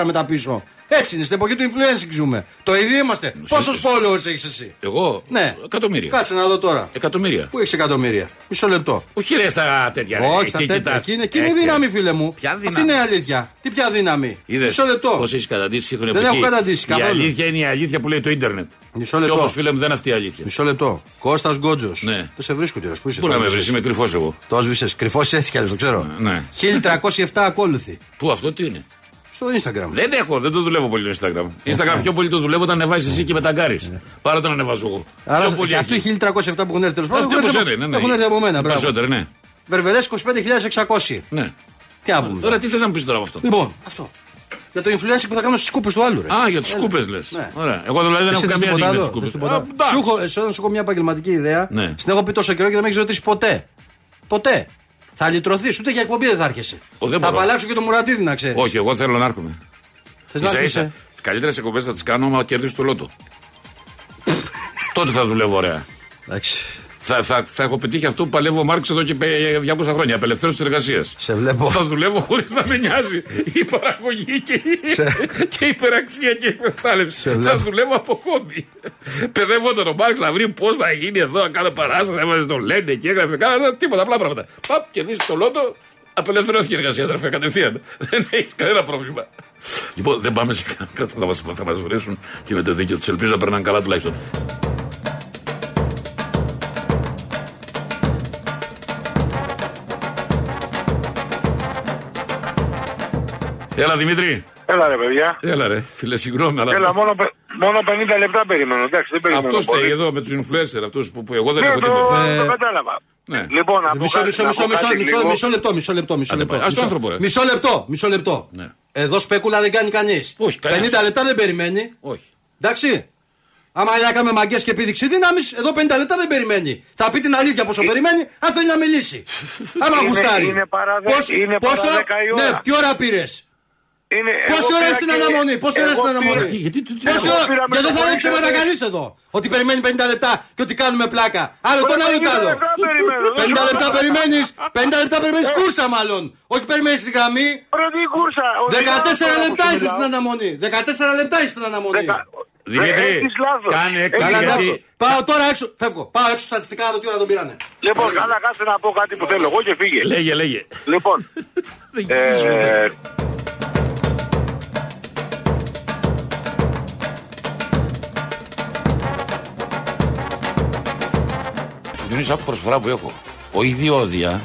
Speaker 2: 14 μετά πίσω. Έτσι είναι, στην εποχή του influencing ζούμε. Το ίδιο είμαστε. Πόσους followers έχεις εσύ.
Speaker 1: Εγώ,
Speaker 2: Ναι.
Speaker 1: εκατομμύρια.
Speaker 2: Κάτσε να δω τώρα.
Speaker 1: Εκατομμύρια.
Speaker 2: Πού έχεις εκατομμύρια. Μισό λεπτό.
Speaker 1: Όχι ρε στα τέτοια. Ε, ρε,
Speaker 2: Όχι,
Speaker 1: εκεί
Speaker 2: στα τέτοια.
Speaker 1: κοιτάς. Ε,
Speaker 2: Εκεί είναι, εκεί είναι η
Speaker 1: Έτσι, ρε.
Speaker 2: δύναμη, φίλε μου.
Speaker 1: Ποια
Speaker 2: Αυτή
Speaker 1: δύναμη?
Speaker 2: είναι η αλήθεια. Τι ποια δύναμη.
Speaker 1: Είδες
Speaker 2: Μισό λεπτό.
Speaker 1: Πώς έχεις καταντήσει σύγχρονη
Speaker 2: Δεν
Speaker 1: εποχή.
Speaker 2: έχω καταντήσει
Speaker 1: Η
Speaker 2: καθόλου.
Speaker 1: αλήθεια είναι η αλήθεια που λέει το ίντερνετ.
Speaker 2: Μισό λεπτό.
Speaker 1: Και όπως φίλε μου δεν είναι αυτή η αλήθεια.
Speaker 2: Μισό λεπτό. Κώστας Γκότζος.
Speaker 1: Ναι.
Speaker 2: Δεν σε βρίσκω κιόλα. Πού είσαι.
Speaker 1: Πού να
Speaker 2: το
Speaker 1: με βρεις,
Speaker 2: έσβησες.
Speaker 1: είμαι κρυφός εγώ.
Speaker 2: Το έσβησες. Κρυφός έτσι κι αλλιώς, το ξέρω.
Speaker 1: Ναι.
Speaker 2: 1307 ακόλουθη.
Speaker 1: Πού αυτό τι είναι.
Speaker 2: Στο Instagram.
Speaker 1: Δεν έχω, δεν το δουλεύω πολύ το Instagram.
Speaker 2: Ναι.
Speaker 1: Instagram πιο πολύ το δουλεύω όταν ανεβάζεις εσύ και μεταγκάρεις. Παρά όταν ανεβάζω εγώ.
Speaker 2: Άρα
Speaker 1: πιο πολύ
Speaker 2: και αυτοί
Speaker 1: έχει.
Speaker 2: οι 1307 που έχουν έρθει τέλος πάντων
Speaker 1: Αυτοί
Speaker 2: έχουν
Speaker 1: όπως
Speaker 2: έρθει
Speaker 1: είναι, ναι,
Speaker 2: από-
Speaker 1: ναι.
Speaker 2: έχουν έρθει από μένα. Μπράβο.
Speaker 1: Περισσότερο, ναι.
Speaker 2: Βερβελέ 25.600.
Speaker 1: ναι.
Speaker 2: Τι να πούμε.
Speaker 1: Τώρα
Speaker 2: τώρα.
Speaker 1: τι θες να μου πεις τώρα από αυτό.
Speaker 2: Λοιπόν, αυτό. Για το influencer που θα κάνω στις κούπε του άλλου. Ρε.
Speaker 1: Α, για τις σκούπες λες.
Speaker 2: Ε, Ναι.
Speaker 1: Ωραία. Εγώ δηλαδή
Speaker 2: Εσύ
Speaker 1: δεν έχω
Speaker 2: δεν
Speaker 1: καμία
Speaker 2: τίποτα
Speaker 1: αντίληψη
Speaker 2: άλλο.
Speaker 1: με τις
Speaker 2: δεν
Speaker 1: σκούπες.
Speaker 2: τίποτα
Speaker 1: Α,
Speaker 2: άλλο.
Speaker 1: εντάξει.
Speaker 2: Σου έχω- εσύ, όταν σου έχω μια επαγγελματική ιδέα,
Speaker 1: Ναι.
Speaker 2: στην έχω πει τόσο καιρό και δεν με έχει ρωτήσει ποτέ. Ποτέ. Θα λυτρωθείς, ούτε για εκπομπή δεν θα έρχεσαι.
Speaker 1: Ο, δεν
Speaker 2: θα
Speaker 1: μπορώ.
Speaker 2: απαλλάξω και το μουρατίδι να ξέρεις.
Speaker 1: Όχι, εγώ θέλω να έρχομαι.
Speaker 2: Θες να ε?
Speaker 1: Ίσα
Speaker 2: έρχεσαι.
Speaker 1: ίσα. Τις καλύτερες εκπομπές θα τις κάνω άμα κερδίσω το λότο. Τότε θα δουλεύω ωραία.
Speaker 2: Εντάξει.
Speaker 1: Θα, θα, θα έχω πετύχει αυτό που παλεύω ο Μάρξ εδώ και πέ- 200 χρόνια. Απελευθέρωση της εργασίας.
Speaker 2: Σε βλέπω.
Speaker 1: Θα δουλεύω χωρίς να με νοιάζει η παραγωγή και, η- και η υπεραξία και η εκμετάλλευση. Θα
Speaker 2: βλέπω.
Speaker 1: δουλεύω από χόμπι. Παιδεύονταν ο Μάρξ να βρει πώς θα γίνει εδώ, να κάνω παράσταση, έβαζε τον Λένε και έγραφε κάνα τίποτα απλά πράγματα. Παπ, κερδίσει το λότο, απελευθερώθηκε η εργασία, αδερφέ, κατευθείαν. Δεν έχεις κανένα πρόβλημα. Λοιπόν, δεν πάμε σε κανένα κράτο που θα μας- θα μας βρέσουν και με το δίκιο τους. Ελπίζω να περνάνε καλά τουλάχιστον. Έλα, Δημήτρη.
Speaker 6: Έλα ρε παιδιά.
Speaker 1: Έλα, ρε. Φίλε, συγγνώμη, αλλά.
Speaker 6: Έλα, μόνο, πε- μόνο 50 λεπτά περιμένω. Εντάξει, δεν περιμένω.
Speaker 1: Αυτός
Speaker 6: πολύ.
Speaker 1: στέγει εδώ με τους influencer, αυτού που, που εγώ δεν
Speaker 6: Ναι,
Speaker 1: έχω
Speaker 6: το,
Speaker 1: τίποτα.
Speaker 6: το κατάλαβα.
Speaker 1: Ναι.
Speaker 6: Λοιπόν, από
Speaker 2: Μισό,
Speaker 6: κάτι-
Speaker 2: μισό,
Speaker 6: να
Speaker 2: μισό,
Speaker 6: πω
Speaker 2: μισό,
Speaker 6: κάτι
Speaker 2: μισό,
Speaker 6: λίγο.
Speaker 2: μισό λεπτό, μισό λεπτό, μισό
Speaker 1: Άντε,
Speaker 2: λεπτό.
Speaker 1: πάει. Ας το
Speaker 2: Μισό-
Speaker 1: άνθρωπο, ρε.
Speaker 2: Μισό λεπτό, μισό λεπτό.
Speaker 1: Ναι.
Speaker 2: Εδώ σπέκουλα δεν κάνει κανείς.
Speaker 1: Όχι, κανένας.
Speaker 2: 50 λεπτά δεν περιμένει.
Speaker 1: Όχι.
Speaker 2: Εντάξει. Άμα είναι να κάνουμε μαγκές και επίδειξη δύναμης, εδώ 50 λεπτά δεν περιμένει. Θα πει την αλήθεια πόσο περιμένει, αν θέλει να μιλήσει. Άμα
Speaker 6: Ε- Είναι-
Speaker 2: γουστάρει.
Speaker 6: είναι παρά δε- είναι παρά δέκα η ώρα.
Speaker 2: Ναι, τι ώρα πήρες.
Speaker 6: Είναι,
Speaker 2: Πόση
Speaker 6: εγώ
Speaker 2: ώρα
Speaker 6: πήρα
Speaker 2: στην
Speaker 6: και-
Speaker 2: αναμονή, πόση ώρα
Speaker 6: εγώ
Speaker 2: στην
Speaker 6: πήρα-
Speaker 2: αναμονή.
Speaker 1: Γιατί- γιατί- τι- τι-
Speaker 2: Πόση
Speaker 6: εγώ
Speaker 2: ώρα.
Speaker 6: πήρα
Speaker 2: Γιατί δεν θα
Speaker 6: μεταφορικά
Speaker 2: ρίξει μετά
Speaker 6: και-
Speaker 2: κανεί εδώ. Ότι περιμένει 50 λεπτά και ότι κάνουμε πλάκα. Άλλο τον άλλο
Speaker 6: 50
Speaker 2: τ' άλλο.
Speaker 6: λεπτά Ε- περιμένω, δεν
Speaker 2: 50
Speaker 6: σου
Speaker 2: λεπτά
Speaker 6: λέω.
Speaker 2: περιμένει. 50 λεπτά περιμένεις κούρσα μάλλον. Όχι περιμένεις τη γραμμή.
Speaker 6: Πρώτη κούρσα.
Speaker 2: 14 λεπτά είσαι στην
Speaker 6: στην
Speaker 2: αναμονή. 14 λεπτά είσαι στην αναμονή.
Speaker 1: Δημήτρη,
Speaker 6: Ε, Έχεις λάθος.
Speaker 1: κάνε
Speaker 6: Έχεις
Speaker 1: έκκληση,
Speaker 2: Καλά,
Speaker 6: λάθος.
Speaker 1: γιατί-
Speaker 2: εντάξει. Πάω τώρα έξω. Φεύγω. Πάω έξω στατιστικά να δω τι ώρα τον πήρανε.
Speaker 6: Λοιπόν, καλά, κάτσε να πω κάτι που θέλω εγώ και φύγε.
Speaker 1: Λέγε, λέγε.
Speaker 6: Λοιπόν,
Speaker 1: Δεν
Speaker 6: ε,
Speaker 1: Γιονίς, άκου προσφορά που έχω. Ο ιδιώδια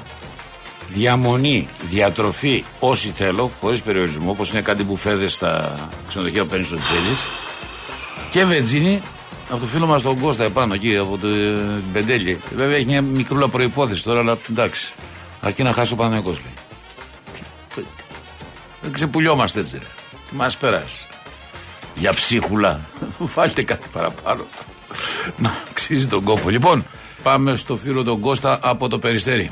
Speaker 1: διαμονή, διατροφή όσοι θέλω, χωρίς περιορισμό, όπως είναι κάτι μπουφέδες στα ξενοδοχεία που παίρνεις ό,τι θέλει. Και βενζίνη Από το φίλο μας τον Κώστα επάνω εκεί, από το ε, την Πεντέλη. Βέβαια έχει μια μικρούλα προπόθεση τώρα, αλλά εντάξει. Αρκεί να χάσει ο Παναγιώ. Δεν ξεπουλιόμαστε έτσι, ρε. Τι μας περάσει. Για ψίχουλα. Βάλτε κάτι παραπάνω. να αξίζει τον κόπο. Λοιπόν, πάμε στο φίλο τον Κώστα από το Περιστέρι.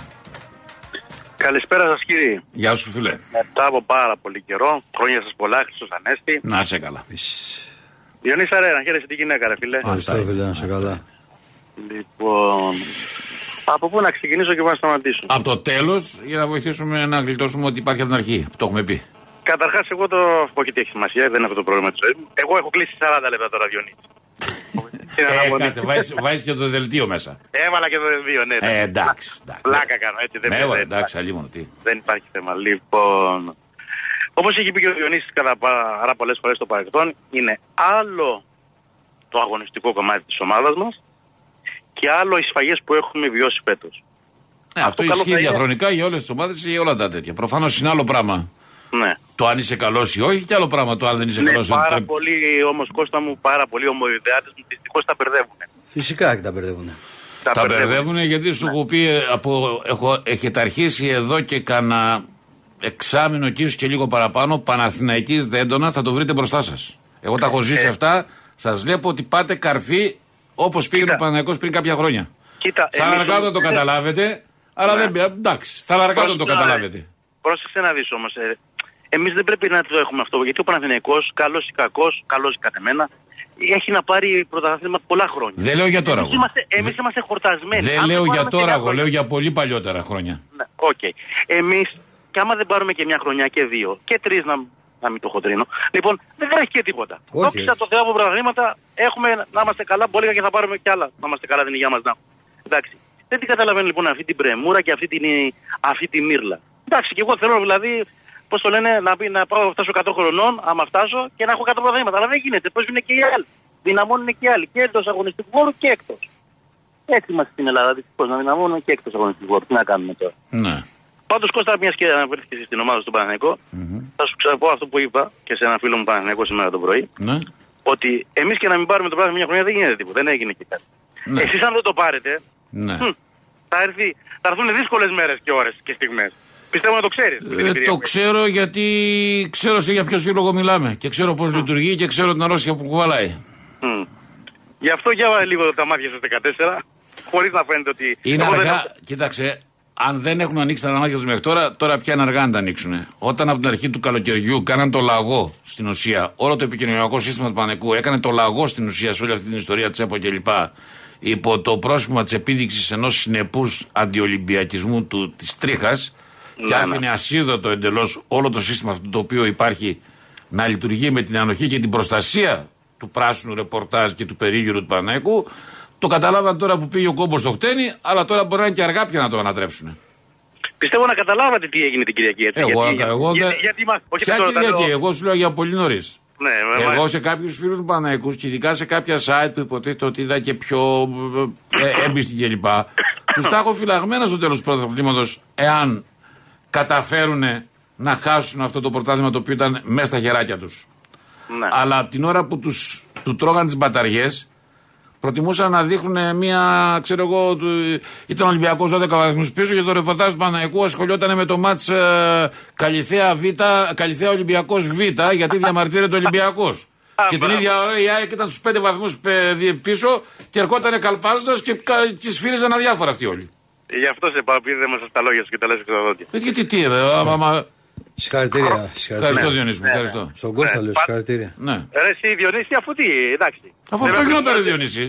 Speaker 5: Καλησπέρα σας, κύριε.
Speaker 1: Γεια σου, φίλε.
Speaker 5: Μετά από πάρα πολύ καιρό, χρόνια σας πολλά, Χριστός Ανέστη.
Speaker 1: Να σε καλά.
Speaker 5: Διονύσα Αρέ, να χαίρεσαι τη γυναίκα, ρε φίλε.
Speaker 2: Ευχαριστώ, φίλε, να σε καλά.
Speaker 5: Λοιπόν. Από πού να ξεκινήσω και πού να σταματήσω.
Speaker 1: Από το τέλος, για να βοηθήσουμε να γλιτώσουμε ότι υπάρχει από την αρχή. Το έχουμε πει.
Speaker 5: Καταρχάς, εγώ το. Όχι, τι έχει σημασία, δεν έχω το πρόβλημα της ζωής μου. Εγώ έχω κλείσει 40 λεπτά τώρα, Διονύση. Τι να
Speaker 1: Ε,
Speaker 5: αναμονή.
Speaker 1: κάτσε, βάζεις- βάζεις και το δελτίο μέσα.
Speaker 5: Έβαλα και το δύο, ναι.
Speaker 1: Ε, εντάξει. εντάξει.
Speaker 5: Πλάκα κάνω, έτσι δεν
Speaker 1: Ναι,
Speaker 5: πειράζει.
Speaker 1: ωραία, εντάξει, Ναι, αλλήμον τι.
Speaker 5: Δεν υπάρχει θέμα. Λοιπόν, όπως έχει πει και ο Διονύσης κατά πάρα πολλές φορές στο παρελθόν, είναι άλλο το αγωνιστικό κομμάτι της ομάδας μας και άλλο οι σφαγές που έχουμε βιώσει φέτος.
Speaker 1: Ναι, αυτό
Speaker 5: καλό
Speaker 1: ισχύει
Speaker 5: θα είναι.
Speaker 1: διαχρονικά για όλες τις ομάδες και για όλα τα τέτοια. Προφανώς είναι άλλο πράγμα.
Speaker 5: Ναι.
Speaker 1: Το αν είσαι καλός ή όχι, και άλλο πράγμα το αν δεν είσαι
Speaker 5: Είναι
Speaker 1: καλός.
Speaker 5: πάρα πολύ όμως Κώστα μου, πάρα πολλοί ομοειδεάτες μου δυστυχώς τα μπερδεύουν.
Speaker 2: Φυσικά και τα μπερδεύουν.
Speaker 1: Τα μπερδεύουν γιατί
Speaker 5: Ναι.
Speaker 1: σου έχω πει ε, από, έχω, έχετε αρχίσει εδώ και κανένα εξάμεινο και ίσως και λίγο παραπάνω. Παναθηναϊκής δέντονα θα το βρείτε μπροστά σας. Εγώ
Speaker 5: Ε,
Speaker 1: τα έχω ζήσει αυτά. Σας βλέπω ότι πάτε καρφί όπως πήγαινε ο Παναθηναϊκός πριν κάποια χρόνια.
Speaker 5: Κοίτα,
Speaker 1: Θα
Speaker 5: εμείς Ναι.
Speaker 1: λαρκάτω
Speaker 5: όμως-
Speaker 1: το καταλάβετε, αλλά δεν πει. Εντάξει, θα λαρκάτω το
Speaker 5: Πρόσεξε να
Speaker 1: καταλάβετε.
Speaker 5: δεις. Πρόσεξε να δεις όμως. Ε, εμείς δεν πρέπει να το έχουμε αυτό. Γιατί ο Παναθηναϊκός, καλός ή κακός, καλός ή κατά μένα, έχει να πάρει πρωταθλήμα πολλά χρόνια.
Speaker 1: Δεν λέω για τώρα εγώ.
Speaker 5: Εμείς είμαστε, εμείς είμαστε χορτασμένοι.
Speaker 1: Δεν
Speaker 5: Αν
Speaker 1: λέω για
Speaker 5: πάρουμε
Speaker 1: τώρα
Speaker 5: μια
Speaker 1: εγώ,
Speaker 5: χρονιά-
Speaker 1: λέω για πολύ παλιότερα χρόνια.
Speaker 5: Ναι, Οκ. Εμείς, και άμα δεν πάρουμε και μια χρονιά και δύο και τρεις να, να μην το χοντρίνω. Λοιπόν, δεν τρέχει και τίποτα.
Speaker 2: Όχι,
Speaker 5: Δόξα
Speaker 2: όχι.
Speaker 5: το Θεό από πρωταθλήματα έχουμε να είμαστε καλά. Μπορεί και θα πάρουμε κι άλλα. Να είμαστε καλά, την υγεία μας να. έχουμε. Εντάξει. Δεν την καταλαβαίνω λοιπόν αυτή την πρεμούρα και αυτή την, αυτή την μύρλα. Εντάξει, και εγώ θέλω δηλαδή, πώς το λένε, να, πει, να πάω να φτάσω 100 χρονών, άμα φτάσω και να έχω 100 πρωταθλήματα. Αλλά δεν γίνεται. Παίζουν και οι άλλοι. Δυναμώνουν και οι άλλοι. Και εντός αγωνιστικού χώρου και εκτός. Έτσι είμαστε στην Ελλάδα. Δυστυχώς να δυναμώνουν και εκτός αγωνιστικού χώρου. Τι να κάνουμε τώρα.
Speaker 1: Ναι.
Speaker 5: Πάντως, Κώστα, μιας και αναφέρθηκε στην ομάδα στον παναθηναικο θα σου ξαναπώ αυτό που είπα και σε ένα φίλο μου Παναθηναϊκό σήμερα το πρωί.
Speaker 1: ναι.
Speaker 5: Ότι εμείς και να μην πάρουμε το πράγμα μια χρονιά δεν γίνεται τίποτα. Δεν έγινε και κάτι.
Speaker 1: Ναι.
Speaker 5: Εσείς, αν δεν το πάρετε,
Speaker 1: Ναι.
Speaker 5: χμ, θα, έρθει, θα έρθουν δύσκολες μέρες και ώρες και στιγμές. Πιστεύω να το ξέρεις.
Speaker 1: Ε, το ξέρω γιατί ξέρω σε για ποιο σύλλογο μιλάμε και ξέρω πώς λειτουργεί και ξέρω την αρρώστια που κουβαλάει.
Speaker 5: Γι' αυτό για βάλε λίγο τα μάτια σας 14, χωρίς να φαίνεται ότι.
Speaker 1: Είναι
Speaker 5: Εγώ δεν
Speaker 1: αργά,
Speaker 5: έχω-
Speaker 1: κοίταξε, αν δεν έχουν ανοίξει τα μάτια τους μέχρι τώρα, τώρα πια είναι αργά να τα ανοίξουν. Όταν από την αρχή του καλοκαιριού κάναν το λαγό στην ουσία, όλο το επικοινωνιακό σύστημα του Πανεκού έκανε το λαγό στην ουσία σε όλη αυτή την ιστορία της ΕΠΟ κλπ. Υπό το πρόσχημα της επίδειξης ενός συνεπούς αντιολυμπιακισμού της τρίχας και
Speaker 5: Ναι, ναι.
Speaker 1: άφηνε ασίδωτο εντελώς όλο το σύστημα αυτό το οποίο υπάρχει να λειτουργεί με την ανοχή και την προστασία του πράσινου ρεπορτάζ και του περίγυρου του Παναϊκού. Το καταλάβαν τώρα που πήγε ο κόμπος στο χτένι, αλλά τώρα μπορεί να είναι και αργά πια να το ανατρέψουν.
Speaker 5: Πιστεύω να καταλάβατε τι έγινε την Κυριακή. Έτσι,
Speaker 1: Εγώ,
Speaker 5: γιατί,
Speaker 1: εγώ
Speaker 5: γιατί,
Speaker 1: δεν-
Speaker 5: γιατί μας- όχι,
Speaker 1: Ποια
Speaker 5: δεν το ρωτάω.
Speaker 1: Κυριακή, εγώ σου λέω για πολύ νωρίς.
Speaker 5: Ναι, μα-
Speaker 1: Εγώ σε κάποιους φίλους μου Παναϊκού και ειδικά σε κάποια site που υποτίθεται ότι ήταν και πιο ε, έμπιστοι κλπ. Τους τα έχω φυλαγμένα στο τέλος του πρωταθλήματος εάν καταφέρουν να χάσουν αυτό το πρωτάθλημα το οποίο ήταν μέσα στα χεράκια τους.
Speaker 5: ναι.
Speaker 1: Αλλά από την ώρα που τους, του τρώγαν τις μπαταριές, προτιμούσαν να δείχνουν μια. ξέρω εγώ. του- ήταν Ολυμπιακός 12 βαθμούς πίσω και το ρεπορτάζ του Παναϊκού ασχολιόταν με το μάτ ε, Καλιθέα, Β, Καλιθέα Ολυμπιακός Β, γιατί διαμαρτύρεται ο Ολυμπιακός. και την
Speaker 5: μπράβο.
Speaker 1: ίδια ώρα η ΑΕΚ ήταν στους 5 βαθμού πίσω και ερχόταν καλπάζοντας και κα- τη σφύριζαν αδιάφορα αυτοί όλοι.
Speaker 5: Γι' αυτό σε πάω, επειδή δεν είμαστε στα λόγια σου και τα λες και τα δόντια.
Speaker 1: Ε, Γιατί τι, ρε, άμα- άμα-
Speaker 2: Συγχαρητήρια.
Speaker 1: Ευχαριστώ,
Speaker 2: συγχαρητήρια.
Speaker 1: Διονύση μου, ευχαριστώ.
Speaker 2: Στον Κώστα
Speaker 5: Ναι,
Speaker 2: λέω
Speaker 5: πα-
Speaker 2: συγχαρητήρια.
Speaker 1: Ναι.
Speaker 5: Ρε, εσύ Διονύση, αφού τι, εντάξει.
Speaker 1: Αφού αυτό γινόταν, ρε Διονύση.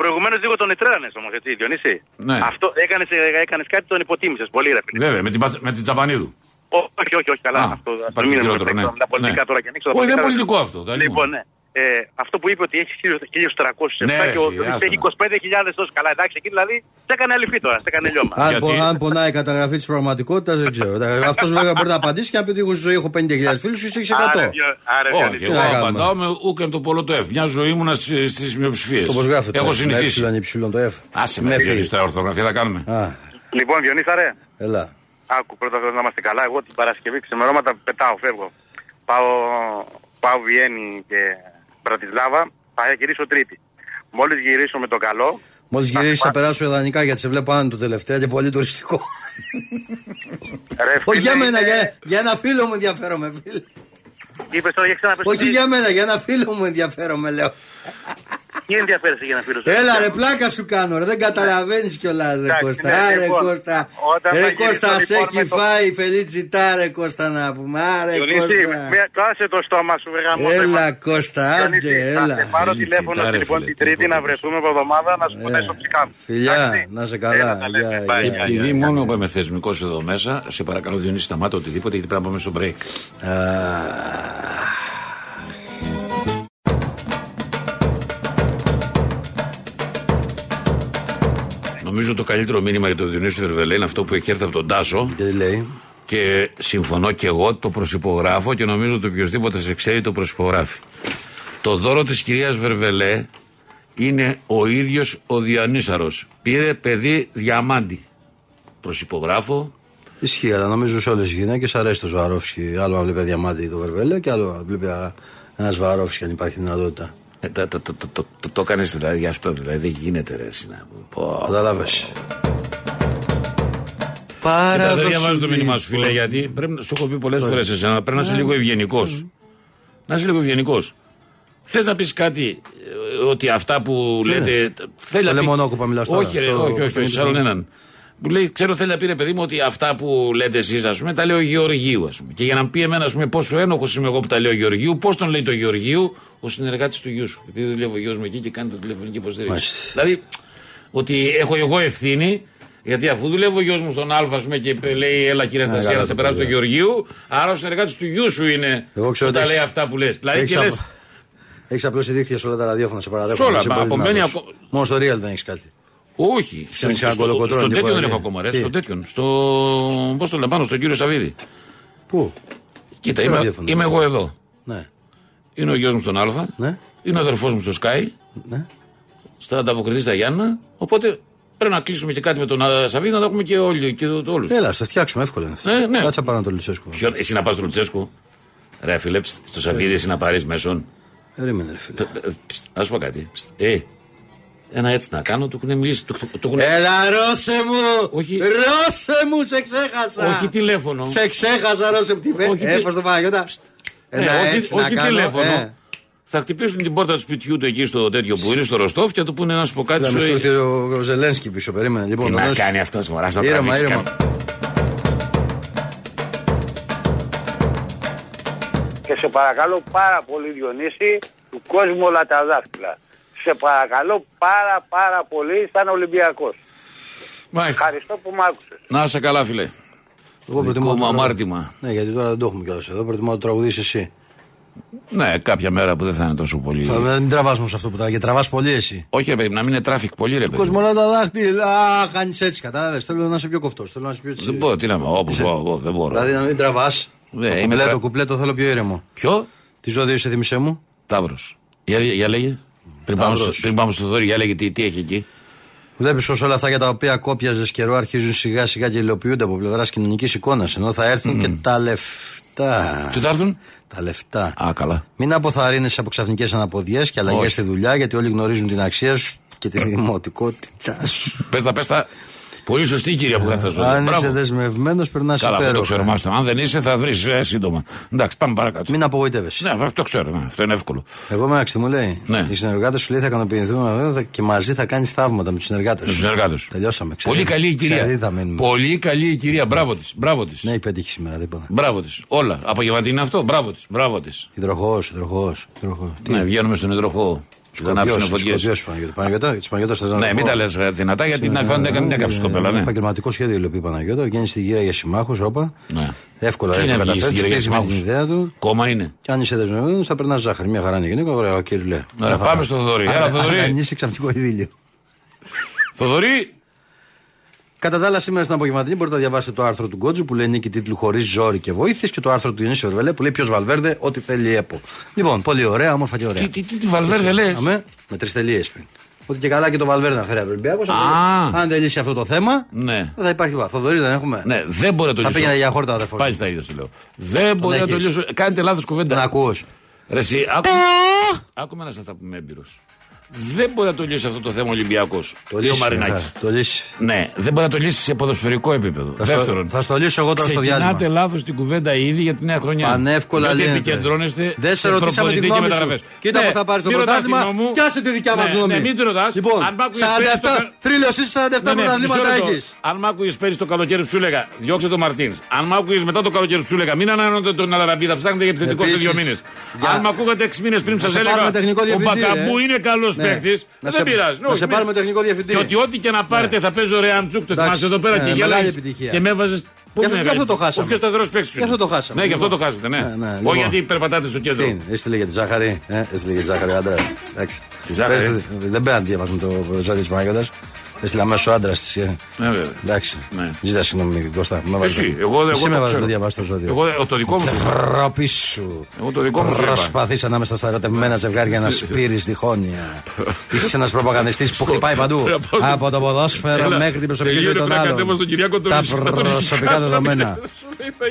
Speaker 5: Προηγουμένως λίγο τον ετρέρανε όμως, έτσι, Διονύση.
Speaker 1: Ναι.
Speaker 5: Αυτό έκανες έκανες κάτι, τον υποτίμησες πολύ, ρε φίλε.
Speaker 1: Βέβαια, με την, πατσα- με την Τσαπανίδου.
Speaker 5: Ό, όχι, όχι, όχι, καλά.
Speaker 1: Α,
Speaker 5: αυτό
Speaker 1: υπάρχει
Speaker 5: μην
Speaker 1: χειρότερο,
Speaker 5: παίξουμε
Speaker 1: ναι.
Speaker 5: τα πολιτικά
Speaker 1: Ναι.
Speaker 5: τώρα και ανοίξω τα
Speaker 1: Όχι, δεν είναι
Speaker 5: πολιτικά.
Speaker 1: πολιτικό αυτό, τα
Speaker 5: Λοιπόν,
Speaker 1: λοιπόν.
Speaker 5: ναι. Ε, αυτό που είπε ότι έχει 1.300
Speaker 1: Ναι, ρε,
Speaker 5: και ο
Speaker 1: εσύ,
Speaker 5: Διονύσης
Speaker 1: άστο
Speaker 5: έχει
Speaker 1: να.
Speaker 5: 25.000 τόσο καλά. Εντάξει, εκεί δηλαδή σε έκανε αληφή τώρα, σε έκανε λιώμα.
Speaker 2: Αν,
Speaker 1: Γιατί?
Speaker 2: πο- αν πονάει η καταγραφή της πραγματικότητας, δεν ξέρω. Αυτός βέβαια μπορεί να απαντήσει και να πει ότι εγώ στη ζωή έχω 50.000 φίλους και εσύ έχεις 100.
Speaker 5: Άρε, Διο- άρε,
Speaker 1: Όχι,
Speaker 5: Διονύση.
Speaker 1: εγώ
Speaker 2: να κάνουμε.
Speaker 1: απαντάω με ούκεν το πολλό το F. Μια ζωή ήμουνα στις μειοψηφίες.
Speaker 2: Το πώ γράφεται.
Speaker 1: Έχω
Speaker 2: Υψηλόν,
Speaker 1: συνηθίσει.
Speaker 2: υψηλόν το F.
Speaker 1: Άσε με,
Speaker 2: F.
Speaker 1: Διονύση, τώρα ορθογραφία θα κάνουμε.
Speaker 2: Α,
Speaker 5: Λοιπόν, Διονύσα, ρε.
Speaker 2: έλα.
Speaker 5: Άκου, πρώτα θέλω να είμαστε καλά. Εγώ την Παρασκευή ξημερώματα πετάω, φεύγω. Πάω, πάω Βιέννη και Μπρατισλάβα. Θα γυρίσω Τρίτη.
Speaker 6: Μόλις γυρίσω με το καλό.
Speaker 2: Μόλις γυρίσει, θα περάσω ιδανικά γιατί σε βλέπω άνω του τελευταία και πολύ τουριστικό.
Speaker 1: Ε,
Speaker 6: Ρε,
Speaker 2: Όχι
Speaker 6: φίλε,
Speaker 1: ναι,
Speaker 2: για μένα,
Speaker 6: είναι-
Speaker 2: για, για ένα φίλο μου ενδιαφέρομαι, φίλε.
Speaker 6: Είπες τώρα για ξαναπες.
Speaker 2: Όχι
Speaker 6: τι-
Speaker 2: για μένα, για ένα φίλο μου ενδιαφέρομαι, λέω.
Speaker 6: Τι ενδιαφέρεσαι για να φίλος σου.
Speaker 2: Έλα ρε, πλάκα σου κάνω, ρε. Δεν καταλαβαίνεις κιόλας, ρε
Speaker 6: Εντάξει,
Speaker 2: Κώστα.
Speaker 6: ναι,
Speaker 2: Άρε
Speaker 6: λοιπόν,
Speaker 2: Κώστα.
Speaker 6: όταν θα
Speaker 2: Ρε
Speaker 6: γυρίσω,
Speaker 2: Κώστα, σε
Speaker 6: λοιπόν,
Speaker 2: έχει
Speaker 6: με το-
Speaker 2: φάει φελίτσιτά, ρε Κώστα να πούμε. Άρε
Speaker 6: Διονύση,
Speaker 2: Κώστα.
Speaker 6: μία- κάσε το στόμα σου, βρε γαμότο,
Speaker 2: Έλα
Speaker 6: είμαστε.
Speaker 2: Κώστα,
Speaker 6: Διονύση,
Speaker 2: άντε,
Speaker 6: Θα
Speaker 2: έλα.
Speaker 6: σε πάρω
Speaker 1: Φίλη,
Speaker 6: τηλέφωνο
Speaker 1: τσιτάρε,
Speaker 6: λοιπόν
Speaker 1: φίλε,
Speaker 6: την
Speaker 1: τι
Speaker 6: Τρίτη να
Speaker 1: τίποτα.
Speaker 6: βρεθούμε εβδομάδα να σου πονέσω ψυχά μου.
Speaker 2: Ε, Φιλιά,
Speaker 6: Εντάξει.
Speaker 2: να σε καλά.
Speaker 6: Έλα, τα λέμε.
Speaker 2: Γεια,
Speaker 6: Bye.
Speaker 2: γεια.
Speaker 1: Επειδή μόνο είμαι θεσμικός εδώ μέσα, σε παρακαλώ Διονύση σταμάτα οτιδήποτε γιατί πρέπει να πάμε στο break. Νομίζω το καλύτερο μήνυμα για τον Διονύση Θερβελέ είναι αυτό που έχει έρθει από τον Τάσο
Speaker 2: Και τι λέει.
Speaker 1: και συμφωνώ και εγώ, το προσυπογράφω και νομίζω ότι οποιοδήποτε σε ξέρει το προσυπογράφει. Το δώρο της κυρίας Βερβελέ είναι ο ίδιος ο Διονύσαρος. Πήρε παιδί διαμάντη. Προσυπογράφω.
Speaker 2: Ισχύει, αλλά νομίζω σε όλες τις γυναίκες αρέσει το Σβαρόφσκι. Άλλο να βλέπει διαμάντη το Βερβέλιο και άλλο να βλέπει ένα Σβαρόφσκι αν υπάρχει δυνατότητα.
Speaker 1: Ε, τα- τα- το, το, το, το, το έκανες δηλαδή γι' αυτό δηλαδή δεν γίνεται ρε εσύ να πω. Πω.
Speaker 2: Κατάλαβε.
Speaker 1: Κοίτα,
Speaker 2: Πάρα
Speaker 1: δεν διαβάζω το μήνυμά σου, φίλε, γιατί πρέπει να σου έχω πει πολλές φορές εσένα. Πρέπει να
Speaker 2: Ναι.
Speaker 1: είσαι λίγο ευγενικός. Να είσαι λίγο ευγενικός. Θες να πεις κάτι ε, ότι αυτά που λέτε. Θέλει
Speaker 2: Στο
Speaker 1: να πει-
Speaker 2: Λεμονόκουπα μιλάς τώρα,
Speaker 1: Όχι, ρε,
Speaker 2: στο-
Speaker 1: όχι, όχι,
Speaker 2: στο
Speaker 1: όχι, στο άλλον έναν. Που λέει, ξέρω, θέλει να πει ρε παιδί μου ότι αυτά που λέτε εσείς, ας πούμε, τα λέει ο Γεωργίου, ας πούμε. Και για να πει εμένα, ας πούμε, πόσο ένοχος είμαι εγώ που τα λέω Γεωργίου, πώς τον λέει το Γεωργίου, ο συνεργάτης του γιού σου. Επειδή δουλεύει ο γιος μου εκεί και κάνει την τηλεφωνική υποστήριξη.
Speaker 2: Μάλιστα.
Speaker 1: Δηλαδή, ότι έχω εγώ ευθύνη, γιατί αφού δουλεύω ο γιος μου στον Α, ας πούμε, και λέει, Έλα κύριε Αναστασία,
Speaker 2: Ε, καλά
Speaker 1: να
Speaker 2: το
Speaker 1: σε περάσω
Speaker 2: παιδί.
Speaker 1: του Γεωργίου, άρα ο συνεργάτης του γιού σου είναι
Speaker 2: Εγώ ξέρω
Speaker 1: που τα
Speaker 2: ότι
Speaker 1: λέει
Speaker 2: έχεις-
Speaker 1: αυτά που λες. Δηλαδή, και
Speaker 2: έχεις
Speaker 1: λες,
Speaker 2: απο- Έχεις απλώσει δίχτυα σε όλα τα ραδιόφωνα, σε παραδέχομαι.
Speaker 1: Σε όλα,
Speaker 2: είσαι
Speaker 1: μα
Speaker 2: πολύ
Speaker 1: απομένει
Speaker 2: δυνατός.
Speaker 1: ακο-
Speaker 2: Μόνο στο real δεν έχεις κάτι.
Speaker 1: Όχι.
Speaker 2: έχεις
Speaker 1: στο-
Speaker 2: ένα
Speaker 1: στο-
Speaker 2: κολοκοτρώνη και
Speaker 1: Στον τέτοιον δεν
Speaker 2: πολλά, ναι.
Speaker 1: έχω ακόμα, ρε.
Speaker 2: Τι?
Speaker 1: Στον τέτοιον. Στο. Πώς το λαμβάνω, στον κύριο Σαββίδη.
Speaker 2: Πού?
Speaker 1: Κοίτα,
Speaker 2: Ποιο
Speaker 1: είμαι,
Speaker 2: ραδιόφωνο
Speaker 1: είμαι
Speaker 2: είναι
Speaker 1: εγώ εδώ.
Speaker 2: Ναι.
Speaker 1: Είναι ο γιος μου στον Α.
Speaker 2: Ναι.
Speaker 1: Είναι ο αδερφός μου στο Sky.
Speaker 2: ναι.
Speaker 1: Θα ανταποκριθεί στα Γιάννα. Οπότε πρέπει να κλείσουμε και κάτι με τον α, Σαββίδη να τα έχουμε και όλοι. Και το, το όλους.
Speaker 2: Έλα, στο φτιάξουμε εύκολα.
Speaker 1: Ναι, ναι.
Speaker 2: Κάτσε να πάρω να το Λουτσέσκο.
Speaker 1: Ποιον, εσύ να πας στο Λουτσέσκου. Ρε φίλε, ψ, στο Σαββίδι εσύ να πάρεις μέσον.
Speaker 2: Περίμενε, ρε φίλε.
Speaker 1: Α σου πω κάτι. Ψ, Ε, ένα έτσι να κάνω, του έχουν μιλήσει. Του, του, του έχουν-
Speaker 2: Έλα, ρώσε μου!
Speaker 1: Ε, Όχι.
Speaker 2: Ρώσε μου, σε ξέχασα!
Speaker 1: όχι τηλέφωνο.
Speaker 2: Σε ξέχασα, ρώσε μου. Τι είπε,
Speaker 1: Όχι,
Speaker 2: ε,
Speaker 1: τι-
Speaker 2: προς τον Παναγιώτα.
Speaker 1: Ναι,
Speaker 2: Ένα
Speaker 1: όχι
Speaker 2: έτσι να
Speaker 1: όχι
Speaker 2: κάνω,
Speaker 1: τηλέφωνο.
Speaker 2: ε.
Speaker 1: Θα χτυπήσουν την πόρτα του σπιτιού του εκεί στο τέτοιο που είναι, στο Ροστόφ και θα του πούνε να σου πω κάτι.
Speaker 2: Να
Speaker 1: σου,
Speaker 2: μου σου
Speaker 1: ε,
Speaker 2: έρθει ο ο Ζελένσκι πίσω, περίμενε.
Speaker 1: Τι
Speaker 2: Λοιπόν,
Speaker 1: να
Speaker 2: ενός-
Speaker 1: κάνει αυτός, Μωράς, να
Speaker 2: Ήρεμα,
Speaker 1: τραβήξει
Speaker 2: ήρεμα.
Speaker 1: κάτι.
Speaker 7: και σε παρακαλώ πάρα πολύ Διονύση του κόσμου όλα τα δάχτυλα. Σε παρακαλώ πάρα πάρα πολύ σαν Ολυμπιακός.
Speaker 1: Μάλιστα.
Speaker 7: Ευχαριστώ που μ' άκουσες.
Speaker 1: Να είσαι καλά, φίλε.
Speaker 2: Εγώ προτιμώ
Speaker 1: Δικό μου
Speaker 2: τώρα-
Speaker 1: αμάρτημα.
Speaker 2: Ναι, γιατί τώρα δεν το έχουμε κιόλας εδώ. Προτιμώ να το τραγουδήσει εσύ.
Speaker 1: Ναι, κάποια μέρα που δεν θα είναι τόσο πολύ.
Speaker 2: Θα- Να μην τραβάς όμως αυτό που τραγουδάει. Γιατί τραβάς πολύ εσύ.
Speaker 1: Όχι, ρε παιδί, μου, να μην είναι τράφικ πολύ, ρε παιδί. μου.
Speaker 2: Κοσμονά τα δάχτυλα. Κάνεις έτσι, κατάλαβες. Θέλω να είσαι πιο κοφτός. Θέλω να είσαι πιο έτσι.
Speaker 1: Δεν μπορώ, τι να πω, όπου πάω, εγώ, δεν
Speaker 2: Δηλαδή
Speaker 1: μπορώ.
Speaker 2: να μην τραβάς.
Speaker 1: Ναι,
Speaker 2: το
Speaker 1: είμαι
Speaker 2: κουπλέτο,
Speaker 1: τρα-
Speaker 2: κουπλέτο θέλω πιο ήρεμο.
Speaker 1: Ποιο?
Speaker 2: Τι ζωή σε θύμισε μου.
Speaker 1: Ταύρος. Για, για λέγε. Πριν πάμε, στο,
Speaker 2: Ταύρος.
Speaker 1: πριν πάμε στο Θοδωρή, για λέγε τι, τι έχει εκεί.
Speaker 2: Βλέπεις πω όλα αυτά για τα οποία κόπιαζες καιρό αρχίζουν σιγά σιγά και υλοποιούνται από πλευράς κοινωνικής εικόνας. Ενώ θα έρθουν και τα λεφτά.
Speaker 1: Τι θα έρθουν.
Speaker 2: Τα λεφτά.
Speaker 1: Α, καλά.
Speaker 2: Μην αποθαρρύνεσαι από ξαφνικές αναποδιές και αλλαγές
Speaker 1: Όχι.
Speaker 2: στη δουλειά γιατί όλοι γνωρίζουν την αξία σου και τη δημοτικότητά σου.
Speaker 1: Πες τα, πες τα. Πολύ σωστή η κυρία που γράφει τα ζώδια.
Speaker 2: Αν είσαι
Speaker 1: Μπράβο.
Speaker 2: δεσμευμένος, περνάς
Speaker 1: Καλά, αυτό το
Speaker 2: υπέροχα.
Speaker 1: ξέρω μάλιστα. Αν δεν είσαι, θα βρεις σύντομα. Εντάξει, πάμε παρακάτω.
Speaker 2: Μην απογοητεύεσαι.
Speaker 1: Ναι, αυτό ξέρω. ναι, αυτό είναι εύκολο.
Speaker 2: Εγώ με άξι μου λέει.
Speaker 1: Ναι.
Speaker 2: Οι συνεργάτες σου λέει θα ικανοποιηθούν ε, θα- και μαζί θα κάνεις θαύματα με τους συνεργάτες
Speaker 1: Με τους συνεργάτε.
Speaker 2: Τελειώσαμε. Ξέρεις.
Speaker 1: Πολύ καλή η
Speaker 2: Ξέρει,
Speaker 1: κυρία.
Speaker 2: θα μείνουμε.
Speaker 1: Πολύ καλή η κυρία. Μπράβο της. Μπράβο της.
Speaker 2: Ναι, έχει πετύχει σήμερα τίποτα.
Speaker 1: Μπράβο της. Όλα. Απογευματινή είναι αυτό. Μπράβο της. Μπράβο της.
Speaker 2: Υδροχός, υδροχός.
Speaker 1: Ναι, βγαίνουμε στον υδροχό. Θα ανάψουν φωτιέ.
Speaker 2: Παναγιώτα. Τη Παναγιώτα θες να
Speaker 1: Ναι, μην τα λες δυνατά γιατί την Αλφάντα έκανε μια καψή κοπέλα. Ναι.
Speaker 2: Ε, Επαγγελματικό σχέδιο υλοποιεί η Παναγιώτα. Βγαίνει στη γύρα για συμμάχους, όπα.
Speaker 1: Ναι.
Speaker 2: Εύκολα
Speaker 1: Τι
Speaker 2: έχει
Speaker 1: είναι να βγει
Speaker 2: καταφέρει. Του
Speaker 1: στην κυρία
Speaker 2: πείθει με την
Speaker 1: Γεσμάχου.
Speaker 2: ιδέα του.
Speaker 1: Κόμμα είναι.
Speaker 2: Και αν είσαι δεσμευμένος, θα περνάς ζάχαρη. Μια χαρά είναι γυναίκα. Ωραία, κύριε Λέ.
Speaker 1: Ωραία, πάμε στο Θοδωρή. Έλα, Θοδωρή.
Speaker 2: Αν είσαι ξαφνικό ειδήλιο.
Speaker 1: Θοδωρή,
Speaker 2: Κατά τα άλλα, σήμερα στην απογευματινή μπορείτε να διαβάσετε το άρθρο του Γκότζου που λέει νίκη τίτλου Χωρίς ζόρι και βοήθειες και το άρθρο του Ιωνίσιο Βερβελέ που λέει Ποιος Βαλβέρντε, ό,τι θέλει η ΕΠΟ. Λοιπόν, πολύ ωραία, όμορφα και ωραία.
Speaker 1: τι, τι, τι, τι Βαλβέρδε λε.
Speaker 2: Αμέ, με τρεις τελείες πριν. Ότι και καλά και το Βαλβέρντε φέρει Ολυμπιακός.
Speaker 1: Α.
Speaker 2: Αν δεν λύσει αυτό το θέμα,
Speaker 1: Ναι.
Speaker 2: δεν θα υπάρχει τίποτα. Θοδωρή δεν έχουμε.
Speaker 1: Ναι, δεν μπορεί να το
Speaker 2: Θα
Speaker 1: λύσω.
Speaker 2: πήγαινε για χόρτα, αδερφό.
Speaker 1: Πάλι στα ίδια σου λέω. Δεν μπορεί να το
Speaker 2: έχεις.
Speaker 1: λύσω. Κάνετε λάθος
Speaker 2: Να
Speaker 1: κουβέντα.
Speaker 2: ακούω.
Speaker 1: Ρε, εσύ, άκου... άκουμε ένα από αυτά που είμαι έμπειρος. Δεν μπορεί να το λύσει αυτό το θέμα ο Ολυμπιακός.
Speaker 2: Το λύσει.
Speaker 1: Μαρινάκη.
Speaker 2: μετά. Το λύσει.
Speaker 1: Ναι, δεν μπορεί να το λύσει σε ποδοσφαιρικό επίπεδο.
Speaker 2: Θα στο-
Speaker 1: Δεύτερον,
Speaker 2: θα στο λύσω εγώ τώρα στο
Speaker 1: Ξεκινάτε
Speaker 2: διάλειμμα.
Speaker 1: λάθος την κουβέντα ήδη για τη νέα χρονιά.
Speaker 2: Πανεύκολα
Speaker 1: Διότι
Speaker 2: λύνεται.
Speaker 1: επικεντρώνεστε
Speaker 2: Δεν σε
Speaker 1: σε Ναι,
Speaker 2: ρωτήσαμε τη
Speaker 1: προπονητή και
Speaker 2: γνώμη σου.
Speaker 1: μεταγραφές.
Speaker 2: Κοίτα που θα πάρεις το πρωτάθλημα, κι άσε τη δικιά μας
Speaker 1: ναι,
Speaker 2: γνώμη.
Speaker 1: Ναι, μην τη ρωτά.
Speaker 2: Λοιπόν, 47 θρύλος είσαι,
Speaker 1: Ναι,
Speaker 2: 47 πρωταθλήματα έχεις.
Speaker 1: Αν μ' άκουγες πέρυσι το καλοκαίρι που σου έλεγα, διώξε τον Μαρτίν. Αν μ' άκουγες μετά το καλοκαίρι που σου έλεγα, μην ανανεώνετε τον Αλαραμπή, θα ψάχνετε για επιθετικό σε
Speaker 2: Επίσης,
Speaker 1: δύο μήνες.
Speaker 2: για-
Speaker 1: Αν μ' ακούγατε 6 μήνες πριν,
Speaker 2: Να σε
Speaker 1: σα έλεγα.
Speaker 2: πάρουμε τεχνικό
Speaker 1: Ο
Speaker 2: διευθυντή,
Speaker 1: Μπακαμπού
Speaker 2: ε.
Speaker 1: είναι καλός
Speaker 2: Ναι.
Speaker 1: παίχτης.
Speaker 2: Να
Speaker 1: Δεν
Speaker 2: σε-
Speaker 1: πειράζει.
Speaker 2: να
Speaker 1: Όχι,
Speaker 2: σε
Speaker 1: μην-
Speaker 2: πάρουμε τεχνικό διευθυντή.
Speaker 1: Και ότι ό,τι και να πάρετε θα παίζω ρε Αμτσούκ. Το
Speaker 2: Ναι. Εντάξει.
Speaker 1: θυμάσαι εδώ πέρα
Speaker 2: Ναι,
Speaker 1: και
Speaker 2: μεγάλη
Speaker 1: γέλαγες
Speaker 2: επιτυχία.
Speaker 1: Και με έβαζες.
Speaker 2: Γι' αυτό- γι' αυτό το χάσαμε.
Speaker 1: Ο πιο σταθερό παίχτη.
Speaker 2: Γι' αυτό το χάσαμε.
Speaker 1: Ναι, γι' αυτό το
Speaker 2: Λοιπόν.
Speaker 1: χάσατε, ναι.
Speaker 2: Ναι, ναι, λοιπόν.
Speaker 1: Όχι γιατί περπατάτε στο
Speaker 2: Τι
Speaker 1: κέντρο.
Speaker 2: είναι, έστειλε για τη ζάχαρη. Ε, έστειλε για τη ζάχαρη, άντρα. Εντάξει.
Speaker 1: Τη ζάχαρη.
Speaker 2: Πες, Δεν πρέπει να διαβάζουμε το ζώδιο της Παναγιώτας. Έστειλε αμέσω άντρας της.
Speaker 1: Ναι, βέβαια.
Speaker 2: ε. Εντάξει.
Speaker 1: Ναι.
Speaker 2: Ζητά συγγνώμη, Κώστα. με βάζετε.
Speaker 1: Εσύ, εγώ δεν
Speaker 2: Εσύ με
Speaker 1: το
Speaker 2: βάζετε
Speaker 1: ξέρω.
Speaker 2: να διαβάσει το ζώδιο.
Speaker 1: Εγώ ε, το δικό μου. σου.
Speaker 2: Τροπή σου.
Speaker 1: Εγώ το δικό μου σου είπα.
Speaker 2: Προσπαθείς ανάμεσα στα ερωτευμένα ζευγάρια να σπείρει τη χώνια. Είσαι ένας προπαγανδιστής που χτυπάει παντού.
Speaker 1: Πρέπει να πάω στο-
Speaker 2: Από το ποδόσφαιρο
Speaker 1: Έλα,
Speaker 2: μέχρι την προσωπική
Speaker 1: τελείωνε,
Speaker 2: ζωή των
Speaker 1: πρέπει να
Speaker 2: άλλων.
Speaker 1: κατέβω στον Κυριάκο Ναι. τον
Speaker 2: Τα
Speaker 1: Ιησού, να τον
Speaker 2: προσωπικά
Speaker 1: Ιησού.
Speaker 2: δεδομένα.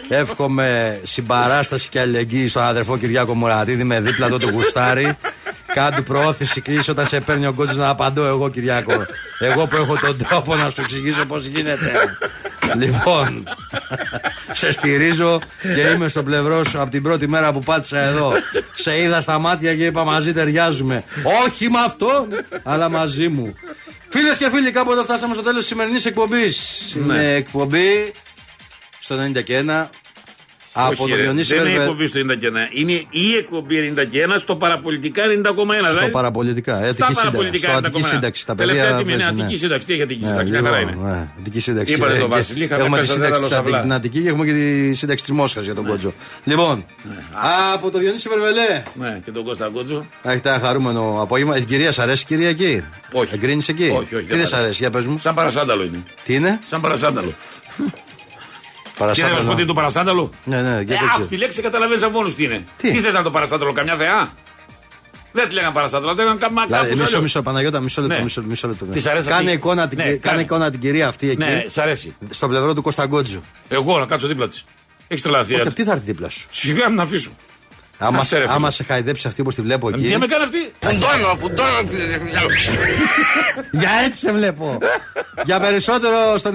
Speaker 2: Εύχομαι συμπαράσταση και αλληλεγγύη στον αδερφό Κυριάκο Μουρατίδη με δίπλα του του Γουστάρι. Κάντε προώθηση κλείσει όταν σε παίρνει ο κότσο να απαντώ εγώ Κυριάκο. Εγώ που έχω τον τρόπο να σου εξηγήσω πώς γίνεται. λοιπόν, σε στηρίζω και είμαι στο πλευρό σου από την πρώτη μέρα που πάτησα εδώ. σε είδα στα μάτια και είπα μαζί ταιριάζουμε. Όχι με αυτό, αλλά μαζί μου. Φίλες και φίλοι, κάπου εδώ φτάσαμε στο τέλος της σημερινής εκπομπής. Είναι εκπομπή στο 91 από
Speaker 1: Όχι,
Speaker 2: τον
Speaker 1: ρε,
Speaker 2: Διονύση
Speaker 1: Δεν είναι
Speaker 2: Βέρβερ
Speaker 1: εκπομπή στο 91. Είναι η εκπομπή 91 στο παραπολιτικά 90,1.
Speaker 2: στο
Speaker 1: δηλαδή,
Speaker 2: παραπολιτικά. ε,
Speaker 1: Στα
Speaker 2: Αττική
Speaker 1: παραπολιτικά
Speaker 2: σύνταξη, στο Αττική
Speaker 1: 90,1.
Speaker 2: σύνταξη. Τα παιδιά
Speaker 1: Τελευταία τιμή είναι
Speaker 2: παίζουν, ναι.
Speaker 1: Αττική σύνταξη. Τι έχει Αττική
Speaker 2: Ναι,
Speaker 1: σύνταξη. Μια
Speaker 2: λίγο,
Speaker 1: χαρά είναι.
Speaker 2: ναι, Αττική σύνταξη.
Speaker 1: Είπατε
Speaker 2: Ε,
Speaker 1: το
Speaker 2: και-
Speaker 1: Βασιλή, είχαμε
Speaker 2: Έχουμε τη
Speaker 1: πέσει τα Ναι.
Speaker 2: σύνταξη
Speaker 1: δέδαλα στα
Speaker 2: στην
Speaker 1: βλά.
Speaker 2: Αττική και έχουμε και τη σύνταξη της Μόσχας για τον Κότζο. Λοιπόν, από τον Διονύση Βερβελέ.
Speaker 1: Ναι, και τον Κώστα Κότζο.
Speaker 2: Α, Έχετε ένα χαρούμενο απόγευμα. Ε, Την κυρία, σ' αρέσει η κυρία εκεί.
Speaker 1: Όχι.
Speaker 2: Εγκρίνεις εκεί.
Speaker 1: Όχι, όχι,
Speaker 2: Τι δεν
Speaker 1: δεν
Speaker 2: σ'
Speaker 1: μ' αρέσει.
Speaker 2: αρέσει, για πες μου.
Speaker 1: Σαν παρασάνταλο είναι.
Speaker 2: Τι είναι,
Speaker 1: Σαν παρασάνταλο. Και δεν
Speaker 2: Παρασάτανο.
Speaker 1: θα σου πω τι είναι το παρασάνταλο.
Speaker 2: Ναι, ναι,
Speaker 1: Ε,
Speaker 2: για το
Speaker 1: από τη λέξη καταλαβαίνεις από μόνος τι είναι.
Speaker 2: Τι?
Speaker 1: Τι, θες να το παρασάνταλο, καμιά θεά. Δεν τη λέγανε παρασάνταλο, δεν λέγανε καμιά
Speaker 2: Δηλαδή,
Speaker 1: κάπου
Speaker 2: μισό,
Speaker 1: άλλο.
Speaker 2: μισό, Παναγιώτα, μισό λεπτό.
Speaker 1: Ναι.
Speaker 2: Μισό, μισό λεπτό.
Speaker 1: Της αρέσει
Speaker 2: κάνε,
Speaker 1: αυτή.
Speaker 2: εικόνα, την,
Speaker 1: Ναι,
Speaker 2: κάνε
Speaker 1: κάνε.
Speaker 2: εικόνα την κυρία αυτή εκεί.
Speaker 1: Ναι, σ' αρέσει.
Speaker 2: Στο πλευρό του Κωνσταντότζου.
Speaker 1: Εγώ να κάτσω δίπλα της. Έχεις τρελαθεί.
Speaker 2: Όχι,
Speaker 1: ε.
Speaker 2: αυτή θα έρθει δίπλα σου.
Speaker 1: Σιγά να την αφήσω.
Speaker 2: Άμα,
Speaker 1: σε ρε, φίλε.
Speaker 2: άμα σε χαϊδέψει αυτή όπως τη βλέπω εκεί.
Speaker 1: Τι με κάνει αυτή.
Speaker 2: Για έτσι σε βλέπω. Για περισσότερο στο 91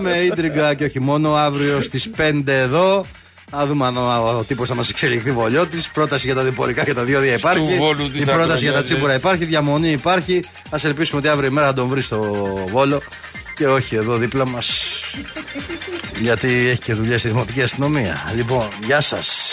Speaker 2: με ίντριγκα και όχι μόνο αύριο στις 5 εδώ. Θα δούμε αν ο τύπος θα μας εξελιχθεί βολιώτης. Πρόταση για τα διπορικά και τα δύο δια υπάρχει.
Speaker 1: Στου Βόλου
Speaker 2: Η
Speaker 1: της
Speaker 2: πρόταση
Speaker 1: Ακρονιάς,
Speaker 2: για τα τσίπουρα
Speaker 1: λες.
Speaker 2: υπάρχει. Διαμονή υπάρχει. Ας ελπίσουμε ότι αύριο η μέρα θα τον βρει στο βόλο. Και όχι εδώ δίπλα μας. Γιατί έχει και δουλειά στη δημοτική αστυνομία. Λοιπόν, γεια σας.